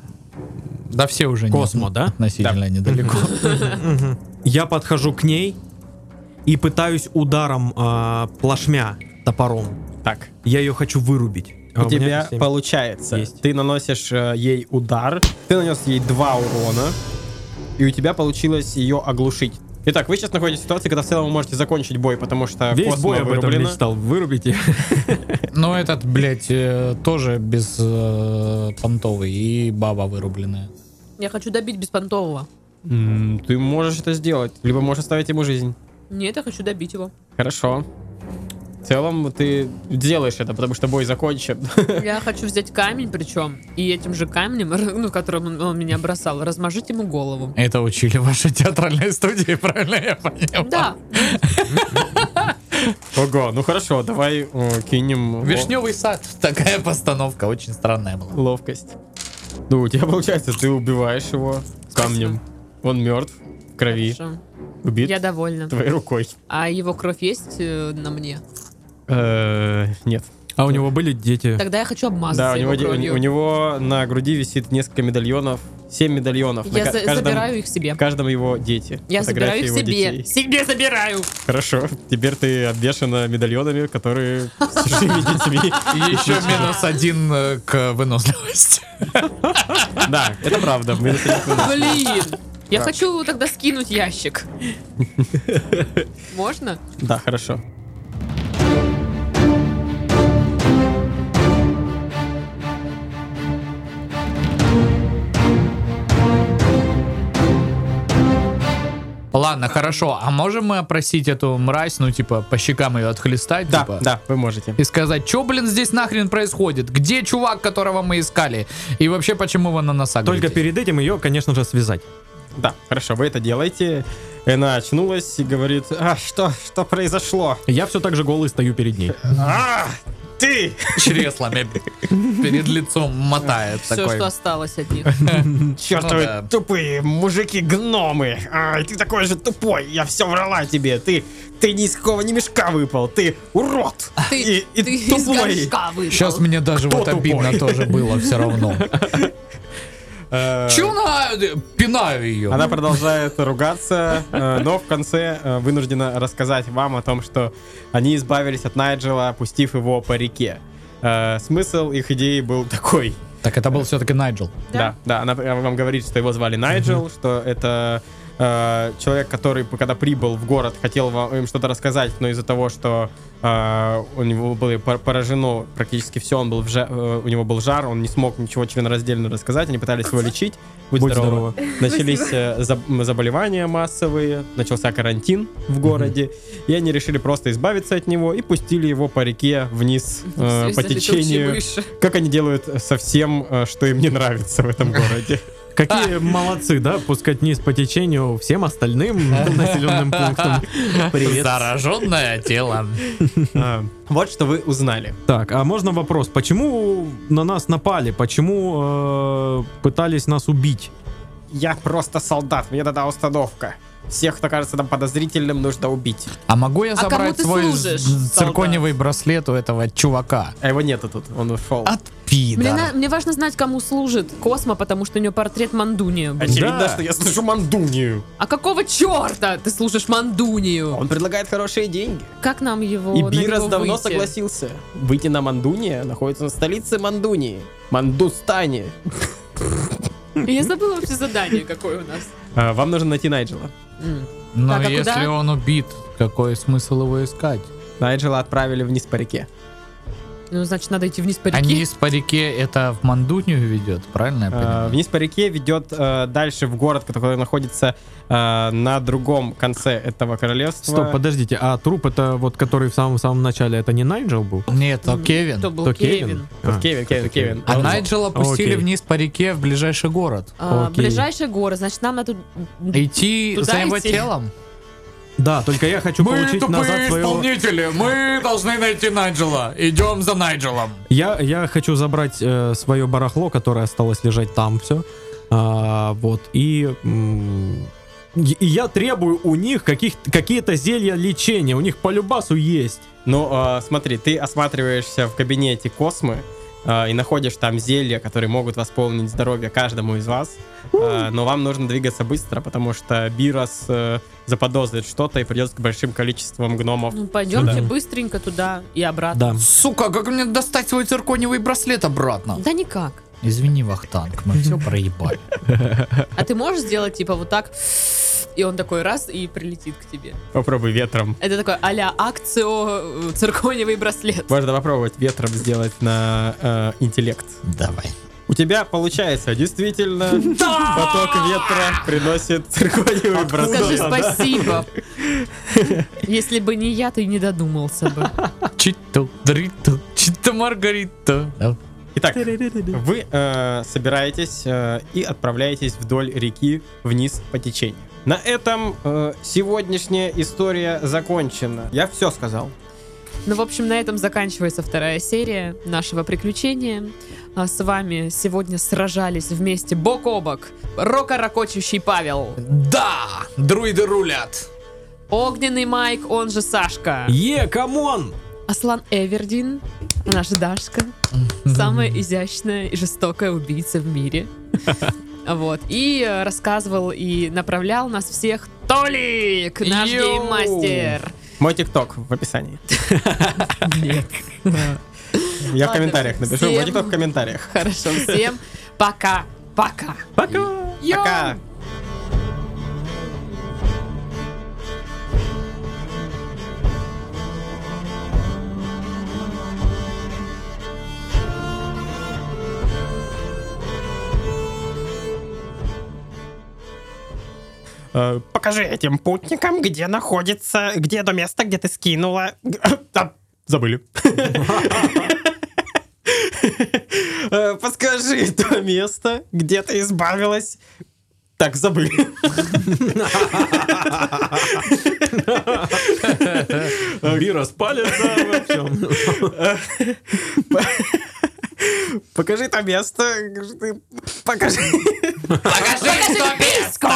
Speaker 2: Да все уже не-
Speaker 3: Космо, да?
Speaker 2: Относительно недалеко.
Speaker 3: э, я подхожу к ней и пытаюсь ударом э, плашмя топором.
Speaker 4: Так,
Speaker 3: Я ее хочу вырубить. А
Speaker 4: у тебя
Speaker 3: семь.
Speaker 4: получается.
Speaker 3: Есть.
Speaker 4: Ты наносишь э, ей удар, ты нанес ей два урона, и у тебя получилось ее оглушить. Итак, вы сейчас находитесь в ситуации, когда в целом вы можете закончить бой, потому что
Speaker 3: Весь
Speaker 4: Космо
Speaker 3: бой об этом
Speaker 4: вырублена.
Speaker 3: мечтал. Вырубить её.
Speaker 2: Но этот, блядь, э, тоже без э, понтовый и баба вырубленная.
Speaker 1: Я хочу добить беспонтового.
Speaker 4: М, Ты можешь это сделать, либо можешь оставить ему жизнь.
Speaker 1: Нет, я хочу добить его.
Speaker 4: Хорошо. В целом ты делаешь это, потому что бой закончен.
Speaker 1: Я хочу взять камень причем, и этим же камнем, ну, которым он- он меня бросал, размажить ему голову.
Speaker 2: Это учили ваши театральные студии, правильно я понял?
Speaker 1: Да,
Speaker 4: Ого, ну хорошо, давай э, кинем. во-
Speaker 2: Вишневый сад. Такая постановка очень странная была.
Speaker 4: Ловкость. Ну, у тебя получается, ты убиваешь его камнем. Он мертв, в крови,
Speaker 1: хорошо.
Speaker 4: убит
Speaker 1: я довольна.
Speaker 4: твоей рукой.
Speaker 1: А его кровь есть э, на мне?
Speaker 4: Э, Нет.
Speaker 3: А у него были дети.
Speaker 1: Тогда я хочу обмазаться
Speaker 4: Да, у
Speaker 1: его
Speaker 4: него, де-
Speaker 1: кровью.
Speaker 4: у него на груди висит несколько медальонов. Семь медальонов. на
Speaker 1: Я
Speaker 4: ка-
Speaker 1: за-
Speaker 4: каждом-
Speaker 1: забираю их себе.
Speaker 4: В каждом его дети.
Speaker 1: Я
Speaker 4: Фотографии
Speaker 1: забираю их
Speaker 4: его
Speaker 1: себе.
Speaker 4: детей.
Speaker 1: Себе забираю.
Speaker 4: Хорошо. Теперь ты обвешана медальонами, которые с чужими детьми.
Speaker 2: И еще минус один э, к выносливости.
Speaker 4: Да, это правда. Мы это не знаем.
Speaker 1: Блин. Я хочу тогда скинуть ящик. Можно?
Speaker 4: Да, хорошо.
Speaker 2: Ладно, хорошо. А можем мы опросить эту мразь, ну, типа, по щекам ее отхлестать?
Speaker 4: Да,
Speaker 2: типа?
Speaker 4: да, вы можете.
Speaker 2: И сказать, что, блин, здесь нахрен происходит? Где чувак, которого мы искали? И вообще, почему вы на нас
Speaker 3: Только
Speaker 2: агрите?
Speaker 3: перед этим ее, конечно же, связать.
Speaker 4: Да, хорошо, вы это делаете. Она очнулась и говорит, а что, что произошло?
Speaker 3: Я все так же голый стою перед ней.
Speaker 4: А, ты!
Speaker 2: чреслами перед лицом мотает
Speaker 1: Все,
Speaker 2: такой.
Speaker 1: что осталось от них.
Speaker 4: Чертовы
Speaker 2: да.
Speaker 4: тупые мужики-гномы! Ай, ты такой же тупой! Я все врала тебе! Ты, ты ни из какого ни мешка выпал! Ты урод!
Speaker 1: Ты,
Speaker 4: и
Speaker 1: ты из
Speaker 4: тупой!
Speaker 1: горшка выпал.
Speaker 2: Сейчас мне даже вот
Speaker 4: тупой?
Speaker 2: обидно тоже было все равно.
Speaker 4: Э,
Speaker 2: Чё на- пинаю ее?
Speaker 4: Она продолжает ругаться, э, но в конце э, вынуждена рассказать вам о том, что они избавились от Найджела, опустив его по реке. Э, Смысл их идеи был такой.
Speaker 2: Так это был все-таки Найджел.
Speaker 4: Да, да, она э, вам говорит, что его звали Найджел, что это э, человек, который, когда прибыл в город, хотел вам, им что-то рассказать, но из-за того, что э, у него было пор- поражено практически все, он был в жа- э, у него был жар, он не смог ничего членораздельно рассказать, они пытались его лечить. Будь,
Speaker 3: Будь
Speaker 4: здорова. Начались э, заб- заболевания массовые, начался карантин в городе, и они решили просто избавиться от него и пустили его по реке вниз э,
Speaker 1: Всё,
Speaker 4: по
Speaker 1: если тучи
Speaker 4: течению.
Speaker 1: выше.
Speaker 4: Как они делают со всем, э, что им не нравится в этом городе.
Speaker 3: Какие молодцы, да, пускать вниз по течению всем остальным населенным пунктам. Привет.
Speaker 2: Зараженное тело.
Speaker 4: А, Вот что вы узнали.
Speaker 3: Так, а можно вопрос? Почему на нас напали? Почему э, пытались нас убить?
Speaker 4: Я просто солдат, мне тогда установка. Всех, кто кажется нам подозрительным, нужно убить.
Speaker 2: А могу я
Speaker 1: А кому
Speaker 2: забрать
Speaker 1: ты
Speaker 2: свой
Speaker 1: служишь,
Speaker 2: з- циркониевый браслет у этого чувака?
Speaker 4: А его нету тут, он ушел.
Speaker 2: От
Speaker 1: Мне,
Speaker 2: пидора.
Speaker 1: на- мне важно знать, кому служит Космо, потому что у него портрет Мандуния. был.
Speaker 4: Очевидно,
Speaker 3: да.
Speaker 4: что я слышу мандунию.
Speaker 1: А какого черта ты служишь Мандунию?
Speaker 4: Он предлагает хорошие деньги.
Speaker 1: Как нам его
Speaker 4: И
Speaker 1: на
Speaker 4: Бирос
Speaker 1: него
Speaker 4: давно
Speaker 1: выйти?
Speaker 4: согласился. Выйти на Мандуния находится на столице Мандунии. Мандустане.
Speaker 1: Я забыла вообще задание, какое у нас.
Speaker 4: А, Вам нужно найти Найджела.
Speaker 1: М.
Speaker 2: Но
Speaker 1: Так, а
Speaker 2: если
Speaker 1: куда?
Speaker 2: он убит, какой смысл его искать?
Speaker 4: Найджела отправили вниз по реке.
Speaker 1: Ну, значит, надо идти вниз по реке.
Speaker 2: Они из по реке это в Мандунию ведет, правильно я
Speaker 4: А,
Speaker 2: понимаю?
Speaker 4: Вниз по реке ведет э, дальше в город, который находится э, на другом конце этого королевства.
Speaker 3: Стоп, подождите, а труп это вот который в самом-самом начале, это не Найджел был?
Speaker 2: Нет, то Кевин.
Speaker 1: То был
Speaker 3: То
Speaker 1: Кевин.
Speaker 3: Кевин?
Speaker 4: Вот
Speaker 3: А.
Speaker 4: Кевин, Кевин, Кевин.
Speaker 2: А
Speaker 4: Он-
Speaker 2: Найджела пустили
Speaker 3: Окей.
Speaker 2: вниз по реке в ближайший город.
Speaker 1: А,
Speaker 3: Окей.
Speaker 1: ближайший город, значит, нам надо...
Speaker 2: Идти
Speaker 1: Туда
Speaker 2: за его
Speaker 1: идти?
Speaker 2: телом?
Speaker 3: Да, только я хочу получить назад своего...
Speaker 2: исполнители, мы должны найти Найджела. Идем за Найджелом.
Speaker 3: Я, я хочу забрать свое барахло, которое осталось лежать там все. вот, и... м, и- и я требую у них каких, какие-то зелья лечения. У них по любасу есть.
Speaker 4: Ну, э, смотри, ты осматриваешься в кабинете Космы э, и находишь там зелья, которые могут восполнить здоровье каждому из вас. Э, но вам нужно двигаться быстро, потому что Бирос э, заподозрит что-то и придет к большим количествам гномов.
Speaker 1: Ну, пойдемте
Speaker 3: Сюда.
Speaker 1: быстренько туда и обратно.
Speaker 3: Да.
Speaker 2: Сука, как мне достать свой циркониевый браслет обратно?
Speaker 1: Да никак.
Speaker 2: Извини, Вахтанг, мы все проебали.
Speaker 1: А ты можешь сделать, типа, вот так, и он такой раз и прилетит к тебе.
Speaker 4: Попробуй ветром.
Speaker 1: Это такой а-ля акцио э, циркониевый браслет.
Speaker 4: Можно попробовать ветром сделать на э, интеллект.
Speaker 2: Давай.
Speaker 4: У тебя получается, действительно, поток ветра приносит циркониевый
Speaker 1: Скажи
Speaker 4: браслет.
Speaker 1: спасибо. Если бы не я, ты не додумался бы.
Speaker 2: Чито, дрито, чито, маргарита. Да.
Speaker 4: Итак, Вы э, собираетесь э, и отправляетесь вдоль реки вниз по течению. На этом э, сегодняшняя история закончена. Я все сказал.
Speaker 1: Ну, в общем, на этом заканчивается вторая серия нашего приключения. А с вами сегодня сражались вместе бок о бок рокорокочущий Павел,
Speaker 2: Да, друиды рулят.
Speaker 1: огненный Майк, он же Сашка,
Speaker 3: Е, камон!
Speaker 1: Аслан Эвердин, наша Дашка, самая изящная и жестокая убийца в мире. Вот. И э, рассказывал и направлял нас всех Толик, наш
Speaker 2: Йоу!
Speaker 1: гейммастер.
Speaker 4: Мой тикток в описании.
Speaker 1: Нет.
Speaker 4: Я в
Speaker 1: Ладно,
Speaker 4: комментариях напишу. Мой
Speaker 1: всем.
Speaker 4: тикток в комментариях.
Speaker 1: Хорошо, всем пока. Пока.
Speaker 4: Пока. Пока. Э,
Speaker 5: Покажи этим путникам, где находится, где то место, где ты скинула.
Speaker 4: Да, забыли. Э, Подскажи то место, где ты избавилась. Так, забыли.
Speaker 3: Бира спалится во всем.
Speaker 4: Покажи то место. Покажи.
Speaker 2: Покажи, что
Speaker 1: Песко!